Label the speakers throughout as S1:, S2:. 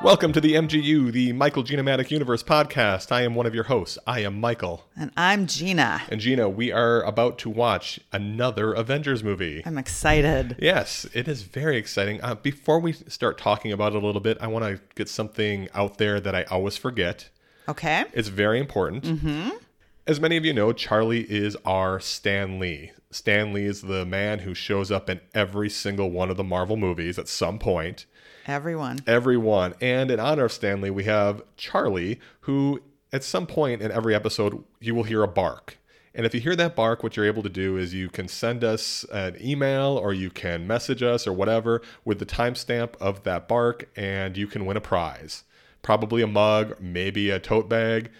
S1: Welcome to the MGU, the Michael Genomatic Universe podcast. I am one of your hosts. I am Michael.
S2: And I'm Gina.
S1: And Gina, we are about to watch another Avengers movie.
S2: I'm excited.
S1: Yes, it is very exciting. Uh, before we start talking about it a little bit, I want to get something out there that I always forget.
S2: Okay.
S1: It's very important. As many of you know, Charlie is our Stan Lee. Stan Lee is the man who shows up in every single one of the Marvel movies at some point.
S2: Everyone.
S1: Everyone. And in honor of Stanley, we have Charlie, who at some point in every episode, you will hear a bark. And if you hear that bark, what you're able to do is you can send us an email or you can message us or whatever with the timestamp of that bark, and you can win a prize. Probably a mug, maybe a tote bag.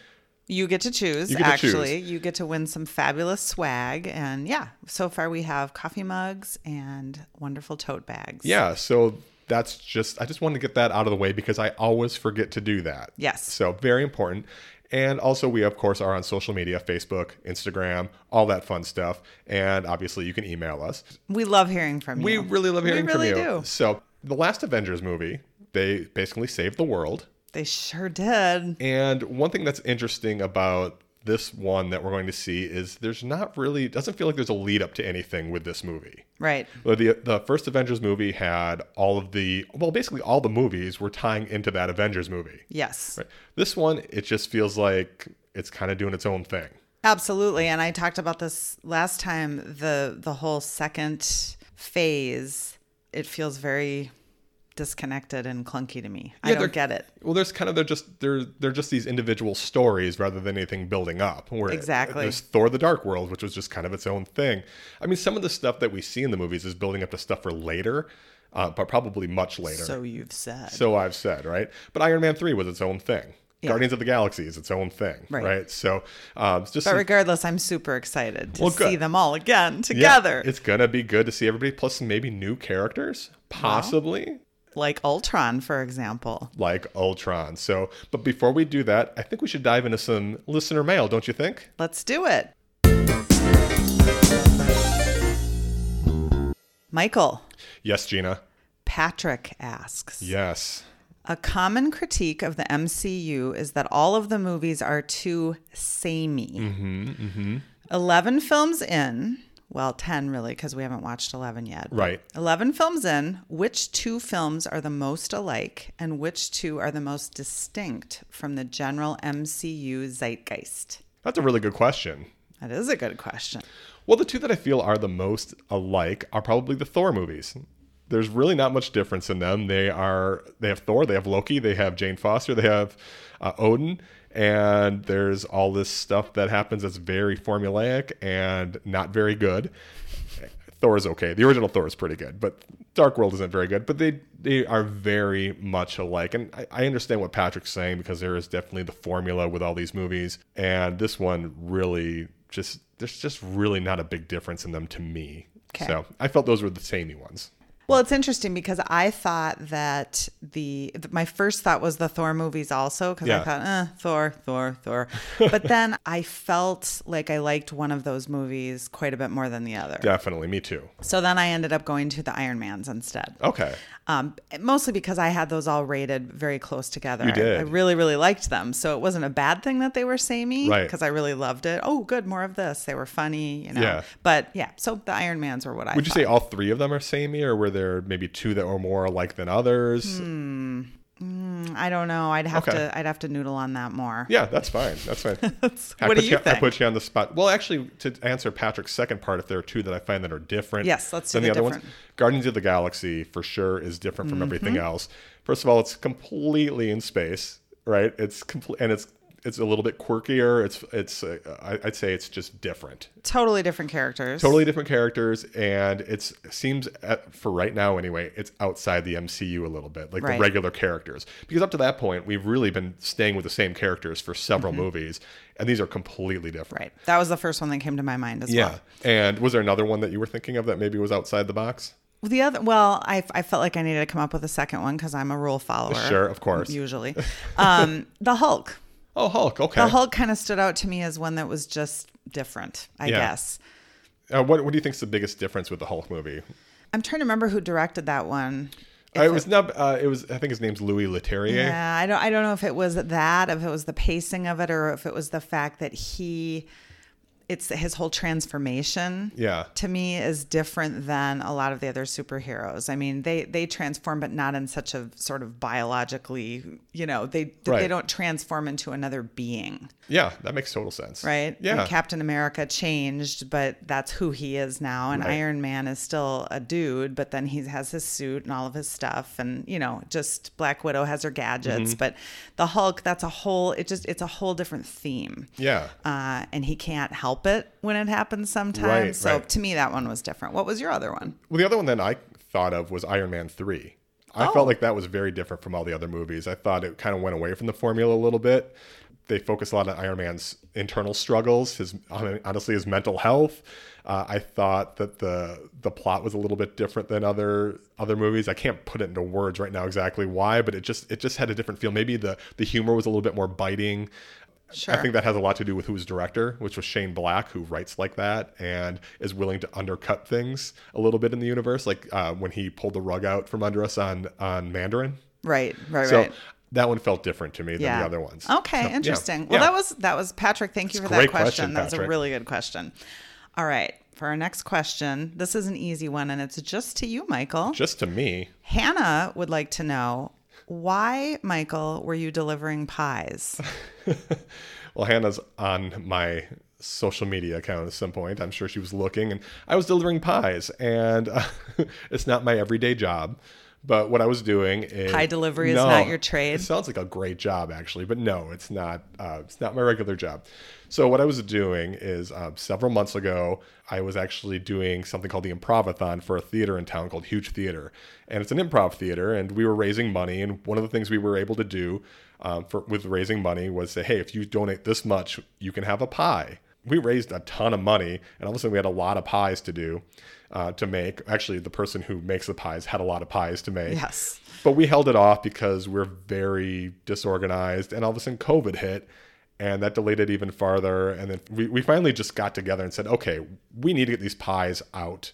S2: You get to choose,
S1: get to
S2: actually. You get to win some fabulous swag. And yeah, so far we have coffee mugs and wonderful tote bags.
S1: Yeah, so that's just I just wanted to get that out of the way because I always forget to do that.
S2: Yes.
S1: So very important. And also we of course are on social media, Facebook, Instagram, all that fun stuff. And obviously you can email us.
S2: We love hearing from
S1: We
S2: you.
S1: really love hearing
S2: really
S1: from you.
S2: do.
S1: So the last Avengers movie, they basically saved the world.
S2: They sure did.
S1: And one thing that's interesting about this one that we're going to see is there's not really it doesn't feel like there's a lead up to anything with this movie.
S2: Right.
S1: Well, the the first Avengers movie had all of the well, basically all the movies were tying into that Avengers movie.
S2: Yes.
S1: Right. This one, it just feels like it's kind of doing its own thing.
S2: Absolutely. And I talked about this last time, the the whole second phase, it feels very disconnected and clunky to me. I
S1: Yeah,
S2: don't
S1: they're-
S2: get it.
S1: Well, there's kind of they're just they're they're just these individual stories rather than anything building up. Where
S2: Exactly.
S1: There's Thor: The Dark World, which was just kind of its own thing. I mean, some of the stuff that we see in the movies is building up to stuff for later, uh, but probably much later.
S2: So you've said.
S1: So I've said, right? But Iron Man 3 was its own thing. Guardians of the Galaxy is its own thing, right?
S2: Right.
S1: So um, it's just
S2: But
S1: some-
S2: regardless, I'm super excited to
S1: Well, good.
S2: see them all again
S1: yeah,
S2: together,
S1: it's gonna be good to see everybody, plus some maybe new characters, possibly
S2: like Ultron, for example.
S1: like Ultron. So, but before we do that, I think we should dive into some listener mail, don't you think?
S2: Let's do it. Michael
S1: Yes, Gina.
S2: Patrick asks
S1: Yes.
S2: A common critique of the MCU is that all of the movies are too samey.
S1: Mm-hmm,
S2: 11 films in, well, 10 really, because we haven't watched 11 yet.
S1: Right.
S2: 11 films in, which two films are the most alike and which two are the most distinct from the general MCU zeitgeist?
S1: That's a really good question.
S2: That is a good question.
S1: Well, the two that I feel are the most alike are probably the Thor movies. There's really not much difference in them. They are they have Thor, they have Loki, they have Jane Foster, they have uh, Odin, and there's all this stuff that happens that's very formulaic and not very good. Thor is okay. The original Thor is pretty good, but Dark World isn't very good. But they they are very much alike, and I, I understand what Patrick's saying because there is definitely the formula with all these movies, and this one really just there's just really not a big difference in them to me.
S2: Okay.
S1: So I felt those were the samey ones.
S2: Well, it's interesting because I thought that the th- my first thought was the Thor movies also because
S1: Yeah.
S2: I thought eh, Thor, Thor, Thor, but then I felt like I liked one of those movies quite a bit more than the other.
S1: Definitely, me too.
S2: So then I ended up going to the Iron Man's instead,
S1: Okay,
S2: um, mostly because I had those all rated very close together. You
S1: did.
S2: I, really, really liked them, so it wasn't a bad thing that they were samey
S1: Right.
S2: because I really loved it. Oh, good, more of this. They were funny, you know.
S1: Yeah.
S2: But yeah, so the Iron Man's were what I
S1: would you
S2: thought.
S1: say all three of them are samey, or were there maybe two that were more alike than others?
S2: I don't know. I'd have
S1: Okay.
S2: to. I'd have to noodle on that more.
S1: Yeah, that's fine. That's fine. I
S2: what do
S1: put
S2: you
S1: I
S2: think?
S1: put you on the spot. Well, actually, to answer Patrick's second part, if there are two that I find that are different,
S2: Yes, let's do
S1: than
S2: the
S1: other ones.
S2: different. Mm-hmm.
S1: Guardians of the Galaxy for sure is different from everything else. First of all, it's completely in space, right? It's complete and it's it's a little bit quirkier. It's it's uh, I, I'd say it's just different.
S2: Totally different characters.
S1: Totally different characters, and it's seems at, for right now anyway, it's outside the MCU a little bit, like
S2: Right.
S1: the regular characters. Because up to that point, we've really been staying with the same characters for several movies, and these are completely different.
S2: Mm-hmm. Right. That was the first one that came to my mind as
S1: Yeah.
S2: well.
S1: And was there another one that you were thinking of that maybe was outside the box?
S2: The other, well, I, I felt like I needed to come up with a second one because I'm a rule follower.
S1: Sure, of course.
S2: Usually, um, the Hulk.
S1: Oh, Hulk. Okay.
S2: The Hulk kind of stood out to me as one that was just different. I
S1: Yeah.
S2: guess.
S1: Uh, what, what do you think's the biggest difference with the Hulk movie?
S2: I'm trying to remember who directed that one.
S1: it was not. Uh, it was. I think his name's Louis Leterrier.
S2: Yeah, I don't I don't know if it was that, if it was the pacing of it or if it was the fact that he it's his whole transformation
S1: Yeah.
S2: to me is different than a lot of the other superheroes. I mean, they they transform but not in such a sort of biologically, you know, they
S1: Right.
S2: they don't transform into another being,
S1: Yeah, that makes total sense.
S2: right?
S1: Yeah.
S2: Like Captain America changed, but that's who he is now and
S1: Right.
S2: Iron Man is still a dude, but then he has his suit and all of his stuff and, you know, just Black Widow has her gadgets,
S1: Mm-hmm.
S2: but the Hulk, that's a whole it just it's a whole different theme
S1: yeah.
S2: uh, and he can't help it when it happens sometimes.
S1: Right,
S2: so
S1: right.
S2: to me, that one was different. What was your other one?
S1: Well, the other one that I thought of was Iron Man 3. I
S2: Oh.
S1: felt like that was very different from all the other movies. I thought it kind of went away from the formula a little bit. They focused a lot on Iron Man's internal struggles, his hon- honestly his mental health. Uh, I thought that the the plot was a little bit different than other other movies. I can't put it into words right now exactly why, but it just it just had a different feel. Maybe the the humor was a little bit more biting.
S2: Sure.
S1: I think that has a lot to do with who's director, which was Shane Black, who writes like that and is willing to undercut things a little bit in the universe, like uh, when he pulled the rug out from under us on on Mandarin.
S2: Right, right,
S1: So
S2: right.
S1: that one felt different to me than
S2: Yeah.
S1: the other ones.
S2: Okay,
S1: So, yeah.
S2: interesting.
S1: Yeah.
S2: Well, that was that was Patrick. Thank you for
S1: great
S2: that question.
S1: question,
S2: that was a
S1: Patrick.
S2: really good question. All right, for our next question, this is an easy one, and it's just to you, Michael.
S1: just to me.
S2: Hannah would like to know why, Michael, were you delivering pies?
S1: Well, Hannah's on my social media account at some point. I'm sure she was looking, and I was delivering pies, and uh, it's not my everyday job. But what I was doing is
S2: Pie delivery is not your trade?
S1: It sounds like a great job, actually, but no, it's not. Uh, it's not my regular job. So what I was doing is uh, several months ago, I was actually doing something called the Improvathon for a theater in town called Huge Theater, and it's an improv theater, and we were raising money, and one of the things we were able to do um, for with raising money was say, hey, if you donate this much, you can have a pie. We raised a ton of money, and all of a sudden we had a lot of pies to do, uh, to make. Actually, the person who makes the pies had a lot of pies to make.
S2: Yes.
S1: But we held it off because we're very disorganized, and all of a sudden COVID hit, and that delayed it even farther. And then we, we finally just got together and said, okay, we need to get these pies out.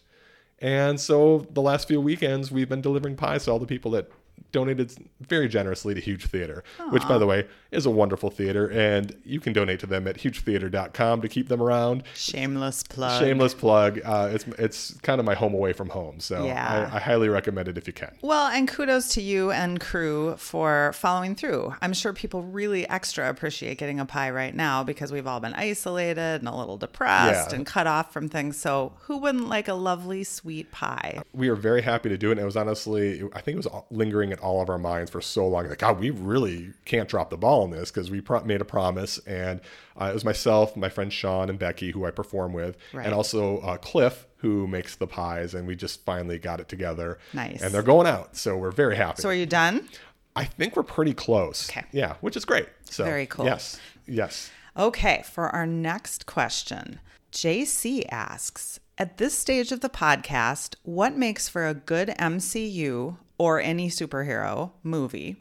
S1: And so the last few weekends, we've been delivering pies to all the people that donated very generously to Huge Theater, which, by the way, is a wonderful theater. And you can donate to them at hugetheater.com to keep them around.
S2: Shameless plug.
S1: Shameless plug. Uh, it's it's kind of my home away from home, so
S2: Yeah.
S1: I, I highly recommend it if you can.
S2: Well, and kudos to you and crew for following through. I'm sure people really extra appreciate getting a pie right now because we've all been isolated and a little depressed
S1: Yeah.
S2: and cut off from things. So, who wouldn't like a lovely, sweet pie?
S1: we were very happy to do it. And it was honestly, I think it was lingering in all of our minds for so long. Like, God, we really can't drop the ball on this because we pro- made a promise. And uh, it was myself, my friend Sean, and Becky, who I perform with,
S2: Right.
S1: and also uh, Cliff, who makes the pies. And we just finally got it together.
S2: Nice.
S1: And they're going out. So we're very happy.
S2: So, are you done?
S1: I think we're pretty close.
S2: Okay.
S1: Yeah, which is great. So
S2: Very cool.
S1: Yes. Yes.
S2: Okay, for our next question, JC asks At this stage of the podcast, what makes for a good MCU or any superhero movie?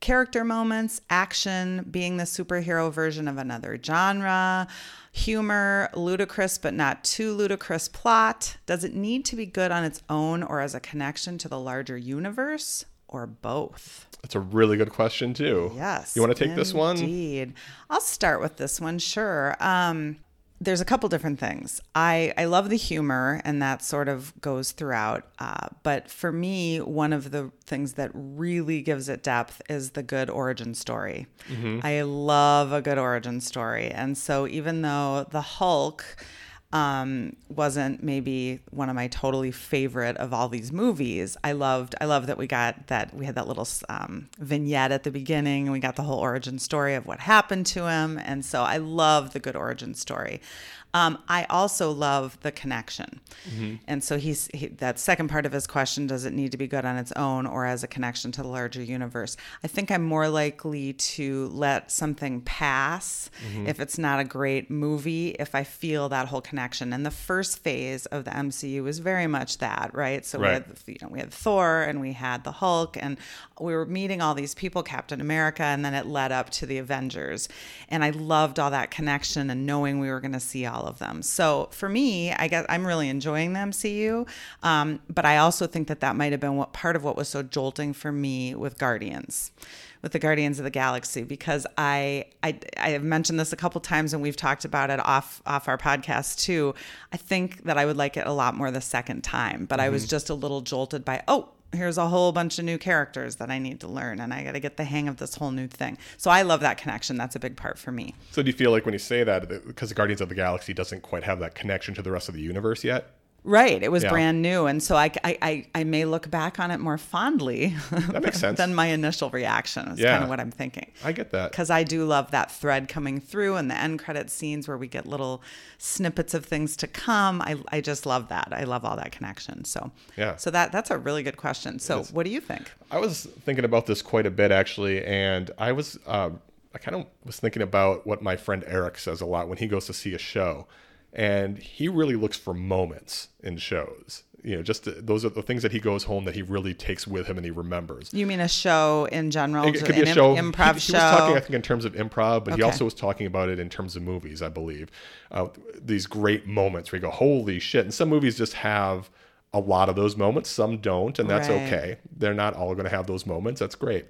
S2: Character moments, action, being the superhero version of another genre, humor, ludicrous but not too ludicrous plot. Does it need to be good on its own or as a connection to the larger universe or both?
S1: That's a really good question, too.
S2: Yes.
S1: You want to take this one?
S2: Indeed. I'll start with this one, sure. Um, there's a couple different things. I, I love the humor, and that sort of goes throughout. Uh, but for me, one of the things that really gives it depth is the good origin story.
S1: Mm-hmm.
S2: I love a good origin story. And so, even though the Hulk um, wasn't maybe one of my totally favorite of all these movies. I loved, I love that we got that we had that little um, vignette at the beginning, and we got the whole origin story of what happened to him, and so I love the good origin story. Um, I also love the connection, and so he's he, that second part of his question: Does it need to be good on its own or as a connection to the larger universe? I think I'm more likely to let something pass if it's not a great movie if I feel that whole connection connection. And the first phase of the MCU was very much that, right? So
S1: Right.
S2: we had you know we had Thor and we had the Hulk and we were meeting all these people, Captain America, and then it led up to the Avengers. And I loved all that connection and knowing we were going to see all of them. So for me, I guess I'm really enjoying the MCU, um, but I also think that that might have been what part of what was so jolting for me with Guardians with the Guardians of the Galaxy because I I, I have mentioned this a couple times and we've talked about it off off our podcast too. I think that I would like it a lot more the second time, but I was
S1: Mm-hmm.
S2: just a little jolted by oh. Here's a whole bunch of new characters that I need to learn, and I got to get the hang of this whole new thing. So I love that connection. That's a big part for me.
S1: So do you feel like when you say that, that- because Guardians of the Galaxy doesn't quite have that connection to the rest of the universe yet?
S2: Right. It was
S1: Yeah.
S2: brand new. And so I, I, I, I may look back on it more fondly
S1: That makes sense.
S2: than my initial reaction, is
S1: Yeah.
S2: kind of what I'm thinking.
S1: I get that.
S2: because I do love that thread coming through and the end credit scenes where we get little snippets of things to come. I, I just love that. I love all that connection. So
S1: Yeah.
S2: So that that's a really good question. So what do you think?
S1: I was thinking about this quite a bit actually, and I was uh, I kind of was thinking about what my friend Eric says a lot when he goes to see a show, and he really looks for moments in shows. You know, just the, those are the things that he goes home that he really takes with him and he remembers.
S2: You mean a show in general?
S1: It
S2: Just
S1: could be a
S2: an im-
S1: show.
S2: improv
S1: he, He
S2: show.
S1: was talking, I think, in terms of improv, but he
S2: Okay.
S1: also was talking about it in terms of movies, I believe. Uh, these great moments where you go, "Holy shit!" And some movies just have a lot of those moments. Some don't, and that's
S2: Right.
S1: okay. They're not all going to have those moments. That's great.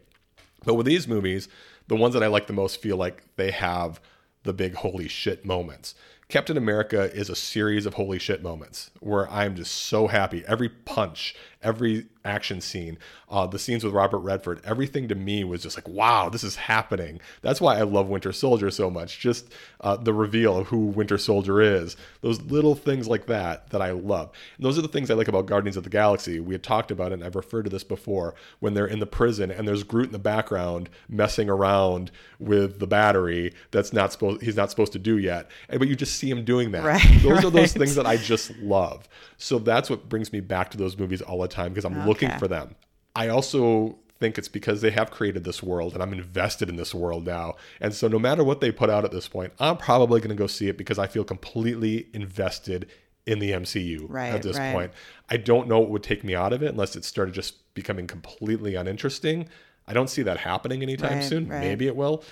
S1: But with these movies, the ones that I like the most feel like they have the big holy shit moments. Captain America is a series of holy shit moments where I'm just so happy. Every punch, every action scene, uh, the scenes with Robert Redford, everything to me was just like, wow, this is happening. That's why I love Winter Soldier so much. Just uh, the reveal of who Winter Soldier is, those little things like that that I love. And those are the things I like about Guardians of the Galaxy. We had talked about it, and I've referred to this before when they're in the prison and there's Groot in the background messing around with the battery that's not supposed he's not supposed to do yet. And, but you just see him doing that.
S2: Right,
S1: those are those
S2: right.
S1: things that I just love. So that's what brings me back to those movies all the time because I'm looking
S2: Okay.
S1: for them. I also think it's because they have created this world and I'm invested in this world now. And so no matter what they put out at this point, I'm probably going to go see it because I feel completely invested in the MCU
S2: Right,
S1: at this
S2: right.
S1: point. I don't know what would take me out of it unless it started just becoming completely uninteresting. I don't see that happening anytime
S2: Right,
S1: soon.
S2: right.
S1: Maybe it will,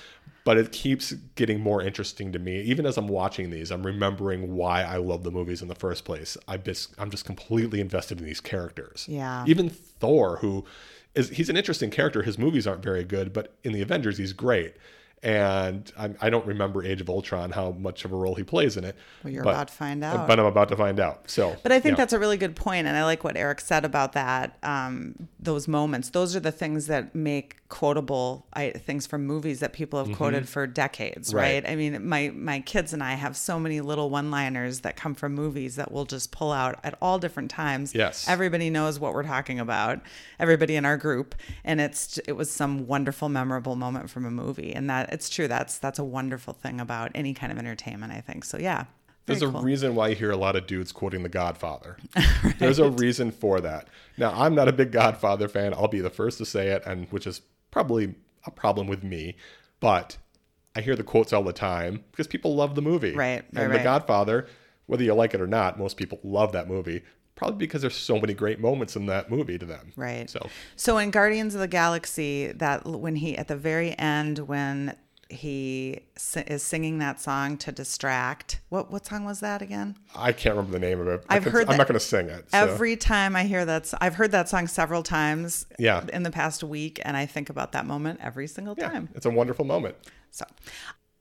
S1: but it keeps getting more interesting to me. Even as I'm watching these, I'm remembering why I love the movies in the first place. I just, I'm just completely invested in these characters.
S2: Yeah.
S1: Even Thor, who is he's an interesting character. His movies aren't very good, but in the Avengers, he's great. And I, I don't remember Age of Ultron how much of a role he plays in it.
S2: Well, you're
S1: but-
S2: about to find out.
S1: But I'm about to find out. So,
S2: But I think
S1: yeah.
S2: that's a really good point, and I like what Eric said about that. Um, those moments, those are the things that make quotable I, things from movies that people have quoted for decades,
S1: Right.
S2: right? I mean, my my kids and I have so many little one-liners that come from movies that we'll just pull out at all different times.
S1: Yes.
S2: everybody knows what we're talking about. Everybody in our group, and it's it was some wonderful, memorable moment from a movie, and that it's true. That's that's a wonderful thing about any kind of entertainment, I think. So yeah,
S1: There's
S2: very
S1: a
S2: cool.
S1: reason why you hear a lot of dudes quoting The Godfather. There's a reason for that. Now, I'm not a big Godfather fan. I'll be the first to say it, and which is probably a problem with me, but I hear the quotes all the time because people love the movie.
S2: Right,
S1: And
S2: right,
S1: The
S2: right.
S1: Godfather, whether you like it or not, most people love that movie. Probably because there's so many great moments in that movie to them.
S2: Right.
S1: So
S2: So in Guardians of the Galaxy, that l- when he at the very end when he si- is singing that song to distract. What what song was that again?
S1: I can't remember the name of it. I
S2: I've
S1: can-
S2: heard
S1: I'm
S2: that
S1: not going to sing it. so-
S2: Every time I hear that, s- I've heard that song several times.
S1: Yeah.
S2: In the past week, and I think about that moment every single
S1: yeah,
S2: time.
S1: it's a wonderful moment.
S2: So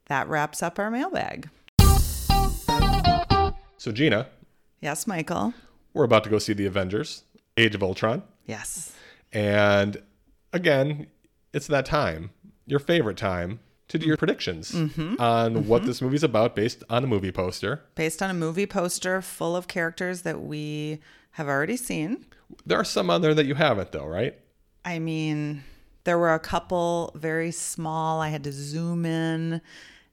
S2: that wraps up our mailbag.
S1: So, Gina,
S2: Yes, Michael.
S1: we're about to go see The Avengers, Age of Ultron.
S2: Yes.
S1: And again, it's that time, your favorite time, to do your predictions
S2: Mm-hmm.
S1: on what this movie's about based on a movie poster.
S2: Based on a movie poster full of characters that we have already seen.
S1: There are some on there that you haven't, though, right?
S2: I mean, there were a couple very small. I had to zoom in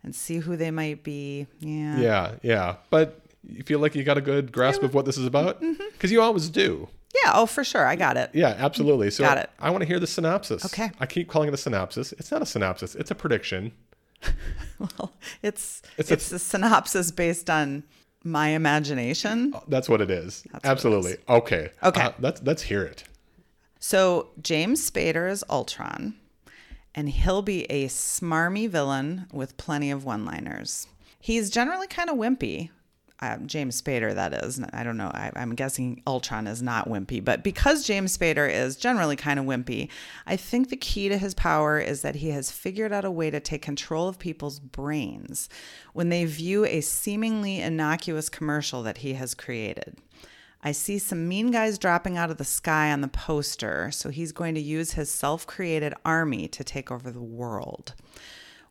S2: and see who they might be. Yeah. Yeah.
S1: Yeah, yeah. But you feel like you got a good grasp of what this is about? Because
S2: Mm-hmm.
S1: you always do.
S2: oh, for sure. I got it.
S1: Yeah, absolutely. So
S2: Got it.
S1: I want to hear the synopsis.
S2: Okay.
S1: I keep calling it a synopsis. It's not a synopsis, it's a prediction.
S2: Well, it's
S1: It's
S2: it's,
S1: a-
S2: a synopsis based on my imagination.
S1: That's what it is. Absolutely. Okay.
S2: Okay.
S1: Uh, let's let's hear it.
S2: So James Spader is Ultron, and he'll be a smarmy villain with plenty of one-liners. He's generally kind of wimpy. Uh, James Spader, that is. I don't know. I, I'm guessing Ultron is not wimpy, but because James Spader is generally kind of wimpy, I think the key to his power is that he has figured out a way to take control of people's brains when they view a seemingly innocuous commercial that he has created. I see some mean guys dropping out of the sky on the poster, so he's going to use his self created army to take over the world.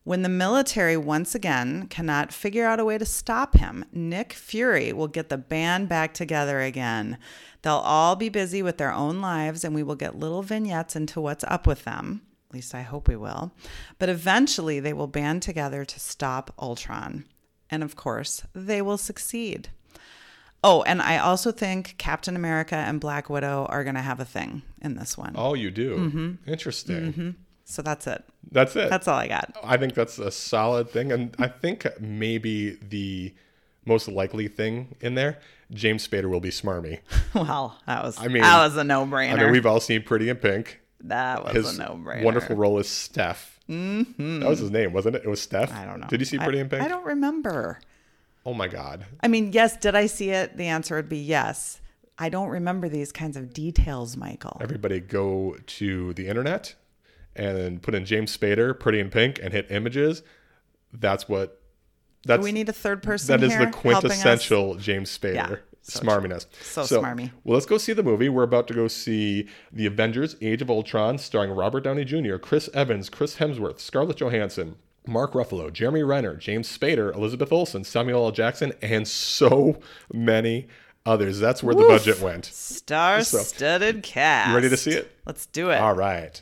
S2: When the military once again cannot figure out a way to stop him, Nick Fury will get the band back together again. They'll all be busy with their own lives, and we will get little vignettes into what's up with them. At least I hope we will. But eventually, they will band together to stop Ultron. And of course, they will succeed. Oh, and I also think Captain America and Black Widow are going to have a thing in this one.
S1: Oh, you do.
S2: Mm-hmm.
S1: Interesting.
S2: So that's it.
S1: That's it.
S2: That's all I got.
S1: I think that's a solid thing, and I think maybe the most likely thing in there, James Spader will be smarmy.
S2: Well, that was I
S1: mean-
S2: that was a no-brainer.
S1: I mean, we've all seen Pretty in Pink.
S2: that was
S1: His
S2: a no-brainer.
S1: wonderful role is Steph. Mm-hmm. That was his name, wasn't it? It was Steph.
S2: I don't know.
S1: Did you see
S2: I-
S1: Pretty in Pink?
S2: I don't remember.
S1: oh my God.
S2: I mean, yes, did I see it? The answer would be yes. I don't remember these kinds of details, Michael.
S1: Everybody go to the internet and put in James Spader, Pretty in Pink, and hit images. That's what. That's
S2: Do we need a third person
S1: That is
S2: here
S1: the
S2: helping us?
S1: quintessential James Spader
S2: Yeah, so
S1: smarminess.
S2: so smarmy.
S1: Well, let's go see the movie. We're about to go see The Avengers: Age of Ultron, starring Robert Downey Jr., Chris Evans, Chris Hemsworth, Scarlett Johansson. Mark Ruffalo, Jeremy Renner, James Spader, Elizabeth Olsen, Samuel L. Jackson, and so many others. That's where the budget went.
S2: Star-studded cast.
S1: You ready to see it?
S2: Let's do it.
S1: All right.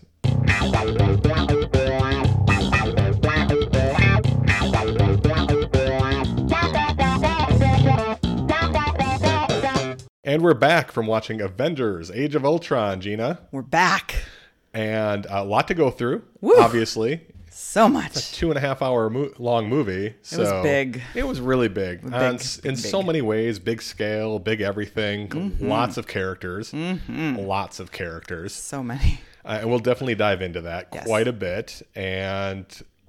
S1: And we're back from watching Avengers: Age of Ultron, Gina,
S2: We're back.
S1: and uh, a lot to go through.
S2: Woo.
S1: Obviously,
S2: So much.
S1: two and a half hour mo- long movie. So
S2: was big.
S1: It was really big, On s- in so many ways. Big scale, big everything.
S2: Mm-hmm.
S1: Lots of characters. Lots of characters.
S2: So many.
S1: Uh, and we'll definitely dive into that
S2: Yes.
S1: quite a bit. And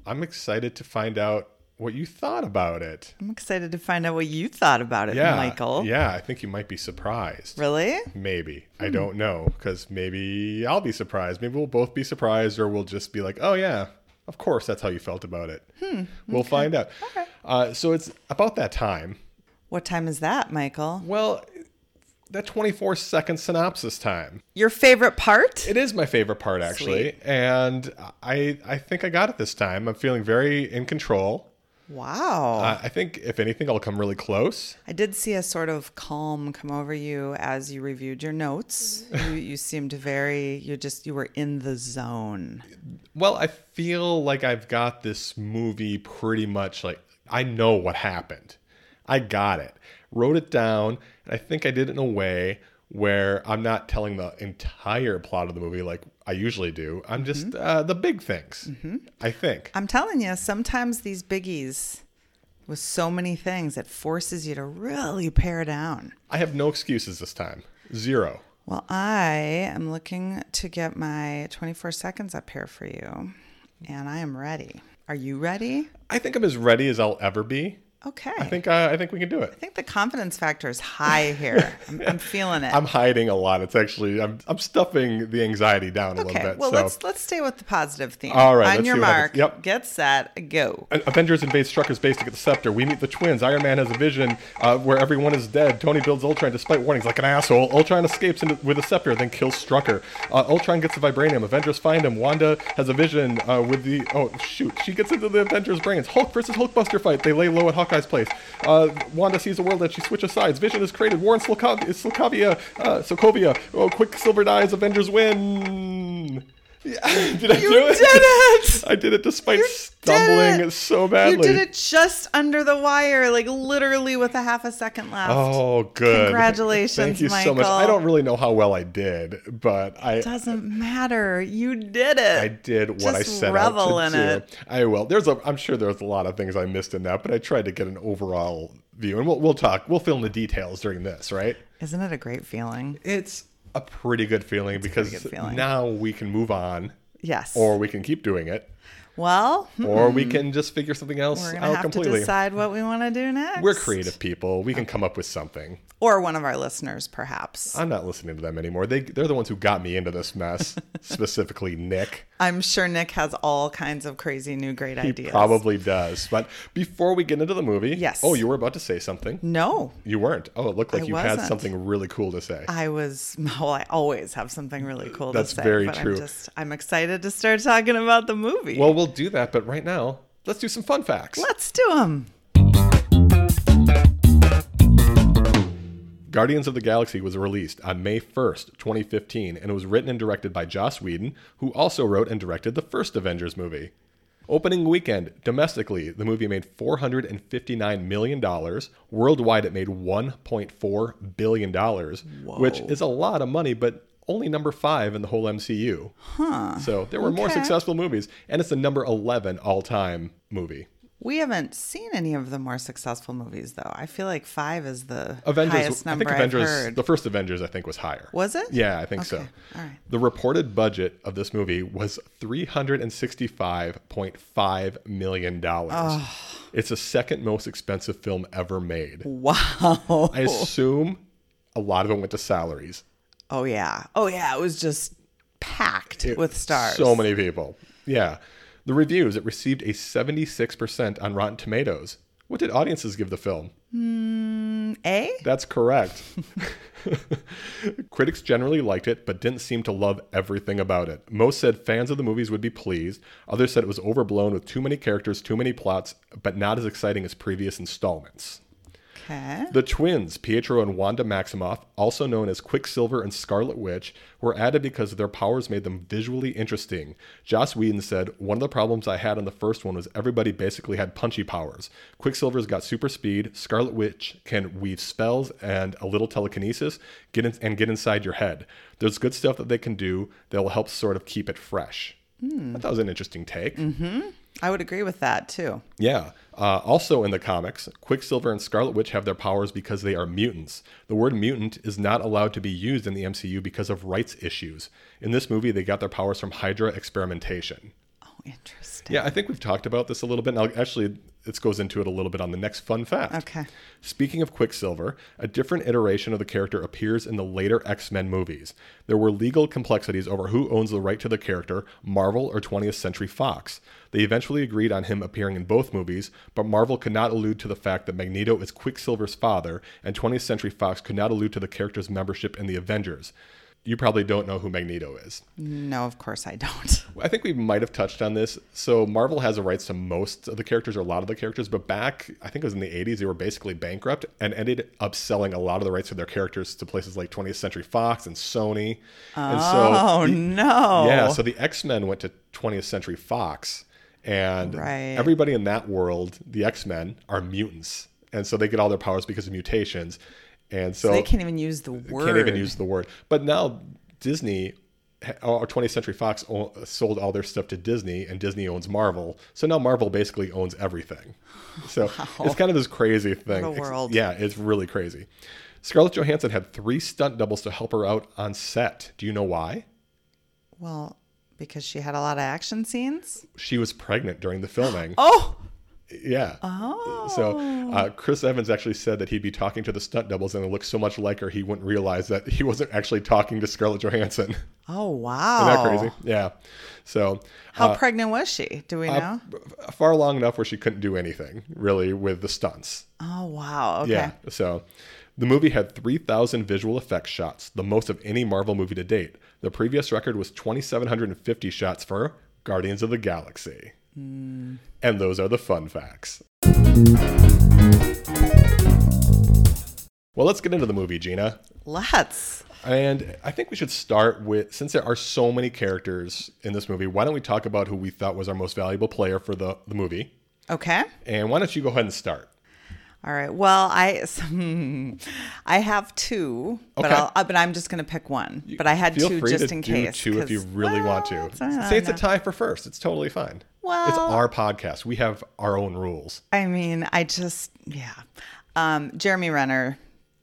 S1: I'm excited to find out what you thought about it.
S2: I'm excited to find out what you thought about it,
S1: Yeah,
S2: Mm-hmm. Michael.
S1: Yeah, I think you might be surprised.
S2: Really?
S1: Maybe. I don't know because maybe I'll be surprised. Maybe we'll both be surprised or we'll just be like, oh, yeah, of course that's how you felt about it. We'll find out. Uh, so it's about that time.
S2: What time is that, Michael?
S1: Well, that 24 second synopsis time.
S2: Your favorite part?
S1: It is my favorite part, actually. And I, I think I got it this time. I'm feeling very in control.
S2: wow.
S1: Uh, I think, if anything, I'll come really close.
S2: I did see a sort of calm come over you as you reviewed your notes. you, you seemed very, you just, you were in the zone.
S1: Well, I feel like I've got this movie pretty much like I know what happened. I got it. Wrote it down, and I think I did it in a way where I'm not telling the entire plot of the movie like I usually do.
S2: Mm-hmm.
S1: I'm just uh, the big things. I think.
S2: I'm telling you, sometimes these biggies with so many things, it forces you to really pare down.
S1: I have no excuses this time. Zero.
S2: Well, I am looking to get my 24 seconds up here for you, and I am ready. Are you ready?
S1: I think I'm as ready as I'll ever be.
S2: Okay.
S1: I think uh, I think we can do it.
S2: I think the confidence factor is high here. I'm, I'm feeling it.
S1: I'm hiding a lot. It's actually I'm I'm stuffing the anxiety down a
S2: okay.
S1: little bit.
S2: well,
S1: so
S2: let's let's stay with the positive theme.
S1: All right,
S2: On
S1: let's
S2: your
S1: see what happens.
S2: mark.
S1: Yep.
S2: Get set. Go.
S1: An- Avengers invade Strucker's base to get the scepter. We meet the twins. Iron Man has a vision uh, where everyone is dead. Tony builds Ultron despite warnings like an asshole. Ultron escapes into, with a scepter, then kills Strucker. Uh, Ultron gets the vibranium. Avengers find him. Wanda has a vision uh, with the oh shoot, she gets into the Avengers' brains. Hulk versus Hulkbuster fight. They lay low at Hawkeye's place. Uh, Wanda sees a world that she switches sides. Vision is created. Warren Sokovia, Sokovia, uh, Sokovia. Oh, Quicksilver dies. Avengers win. did I
S2: You
S1: do it?
S2: did it!
S1: I did it despite
S2: You did
S1: stumbling
S2: it!
S1: so badly.
S2: You did it just under the wire, like literally with a half a second left.
S1: Oh, good.
S2: Congratulations,
S1: Thank you so much.
S2: Michael.
S1: I don't really know how well I did, but I
S2: Doesn't matter. You did it.
S1: I did what I
S2: Just
S1: set
S2: revel
S1: out
S2: in
S1: to do.
S2: it.
S1: I will. There's a. I'm sure there's a lot of things I missed in that, but I tried to get an overall view, and we'll we'll talk. We'll fill in the details during this, right?
S2: Isn't it a great feeling?
S1: It's a pretty good feeling because
S2: good feeling.
S1: now we can move on,
S2: Yes.
S1: or we can keep doing it,
S2: well, hmm,
S1: or we can just figure something else
S2: we're gonna
S1: out Oh,
S2: have to
S1: completely.
S2: decide what we want to do next.
S1: We're creative people. We can come up with something.
S2: or one of our listeners, perhaps.
S1: I'm not listening to them anymore. They they're the ones who got me into this mess, specifically Nick.
S2: I'm sure Nick has all kinds of crazy new great
S1: He
S2: ideas.
S1: probably does. But before we get into the movie,
S2: Yes.
S1: Oh, you were about to say something.
S2: No,
S1: You weren't. Oh, it looked like
S2: I
S1: you had
S2: wasn't.
S1: something really cool to say.
S2: I was. Well, I always have something really cool
S1: That's
S2: to say.
S1: very
S2: but
S1: true.
S2: I'm just. I'm excited to start talking about the movie.
S1: Well, we'll do that, but right now, let's do some fun facts.
S2: let's do them.
S1: Guardians of the Galaxy was released on May 1st, 2015, and it was written and directed by Joss Whedon, who also wrote and directed the first Avengers movie. Opening weekend, domestically, the movie made $459 million. Worldwide, it made $1.4 billion, which is a lot of money, but only number five in the whole MCU. Huh. So there were more
S2: Okay.
S1: successful movies, and it's the number 11 all time movie.
S2: We haven't seen any of the more successful movies, though. I feel like five is the
S1: Avengers,
S2: highest
S1: I
S2: number
S1: think
S2: I
S1: Avengers,
S2: have heard.
S1: the first Avengers, I think was higher.
S2: Was it?
S1: Yeah, I think so.
S2: Okay, all right.
S1: The reported budget of this movie was three hundred and sixty-five point five million dollars. It's the second most expensive film ever made.
S2: Wow.
S1: I assume a lot of it went to salaries.
S2: Oh yeah. Oh yeah. It was just packed with stars.
S1: So many people. Yeah. The reviews, it received a 76% on Rotten Tomatoes. What did audiences give the film?
S2: A.
S1: That's correct. Critics generally liked it, but didn't seem to love everything about it. Most said fans of the movies would be pleased. Others said it was overblown with too many characters, too many plots, but not as exciting as previous installments.
S2: Okay.
S1: The twins, Pietro and Wanda Maximoff, also known as Quicksilver and Scarlet Witch, were added because their powers made them visually interesting. Joss Whedon said, One of the problems I had on the first one was everybody basically had punchy powers. Quicksilver's got super speed, Scarlet Witch can weave spells and a little telekinesis get in, and get inside your head. There's good stuff that they can do that will help sort of keep it fresh. I thought that was an interesting take.
S2: I would agree with that too.
S1: Yeah. Uh, also in the comics, Quicksilver and Scarlet Witch have their powers because they are mutants. The word mutant is not allowed to be used in the MCU because of rights issues. In this movie, they got their powers from Hydra experimentation.
S2: Oh, interesting.
S1: Yeah, I think we've talked about this a little bit. And I'll, actually, it goes into it a little bit on the next fun fact.
S2: Okay.
S1: Speaking of Quicksilver, a different iteration of the character appears in the later X Men movies. There were legal complexities over who owns the right to the character, Marvel or 20th Century Fox. They eventually agreed on him appearing in both movies, but Marvel could not allude to the fact that Magneto is Quicksilver's father, and 20th Century Fox could not allude to the character's membership in the Avengers. You probably don't know who Magneto is.
S2: No, of course I don't.
S1: I think we might have touched on this. So Marvel has the rights to most of the characters or a lot of the characters, but back I think it was in the 80s they were basically bankrupt and ended up selling a lot of the rights to their characters to places like 20th Century Fox and Sony. And
S2: Oh
S1: the-
S2: no.
S1: yeah, so the X Men went to 20th Century Fox, and
S2: Right.
S1: everybody in that world, the X Men, are mutants, and so they get all their powers because of mutations, and so,
S2: So they can't even use the word.
S1: can't even use the word. But now Disney ha- or 20th Century Fox o- sold all their stuff to Disney, and Disney owns Marvel. So now Marvel basically owns everything. So it's kind of this crazy thing.
S2: What a
S1: Ex-
S2: world.
S1: Yeah, it's really crazy. Scarlett Johansson had three stunt doubles to help her out on set. Do you know why?
S2: Well, because she had a lot of action scenes.
S1: She was pregnant during the filming.
S2: Oh.
S1: Yeah.
S2: Oh.
S1: So uh, Chris Evans actually said that he'd be talking to the stunt doubles and it looked so much like her he wouldn't realize that he wasn't actually talking to Scarlett Johansson.
S2: Oh wow.
S1: Isn't that crazy? Uh, Yeah. So
S2: How pregnant was she? Do we know?
S1: f- far long enough where she couldn't do anything really with the stunts.
S2: oh wow. Okay.
S1: Yeah. So the movie had 3,000 visual effects shots, the most of any Marvel movie to date. The previous record was 2,750 shots for Guardians of the Galaxy.
S2: Hmm.
S1: And those are the fun facts. Well, let's get into the movie, Gina.
S2: Let's.
S1: And I think we should start with since there are so many characters in this movie, why don't we talk about who we thought was our most valuable player for the, the movie?
S2: Okay.
S1: And why don't you go ahead and start?
S2: All right. Well, I I have two, but
S1: Okay.
S2: I'll, uh, but I'm just going to pick one. But I had
S1: Feel
S2: two
S1: free
S2: just
S1: to
S2: in
S1: do
S2: case.
S1: two if you
S2: 'cause-
S1: really want
S2: Well,
S1: to.
S2: it's- uh,
S1: Say it's a
S2: no.
S1: tie for first. It's totally fine. it's
S2: Well-
S1: our podcast. We have our own rules.
S2: I mean, I just yeah. Um, Jeremy Renner,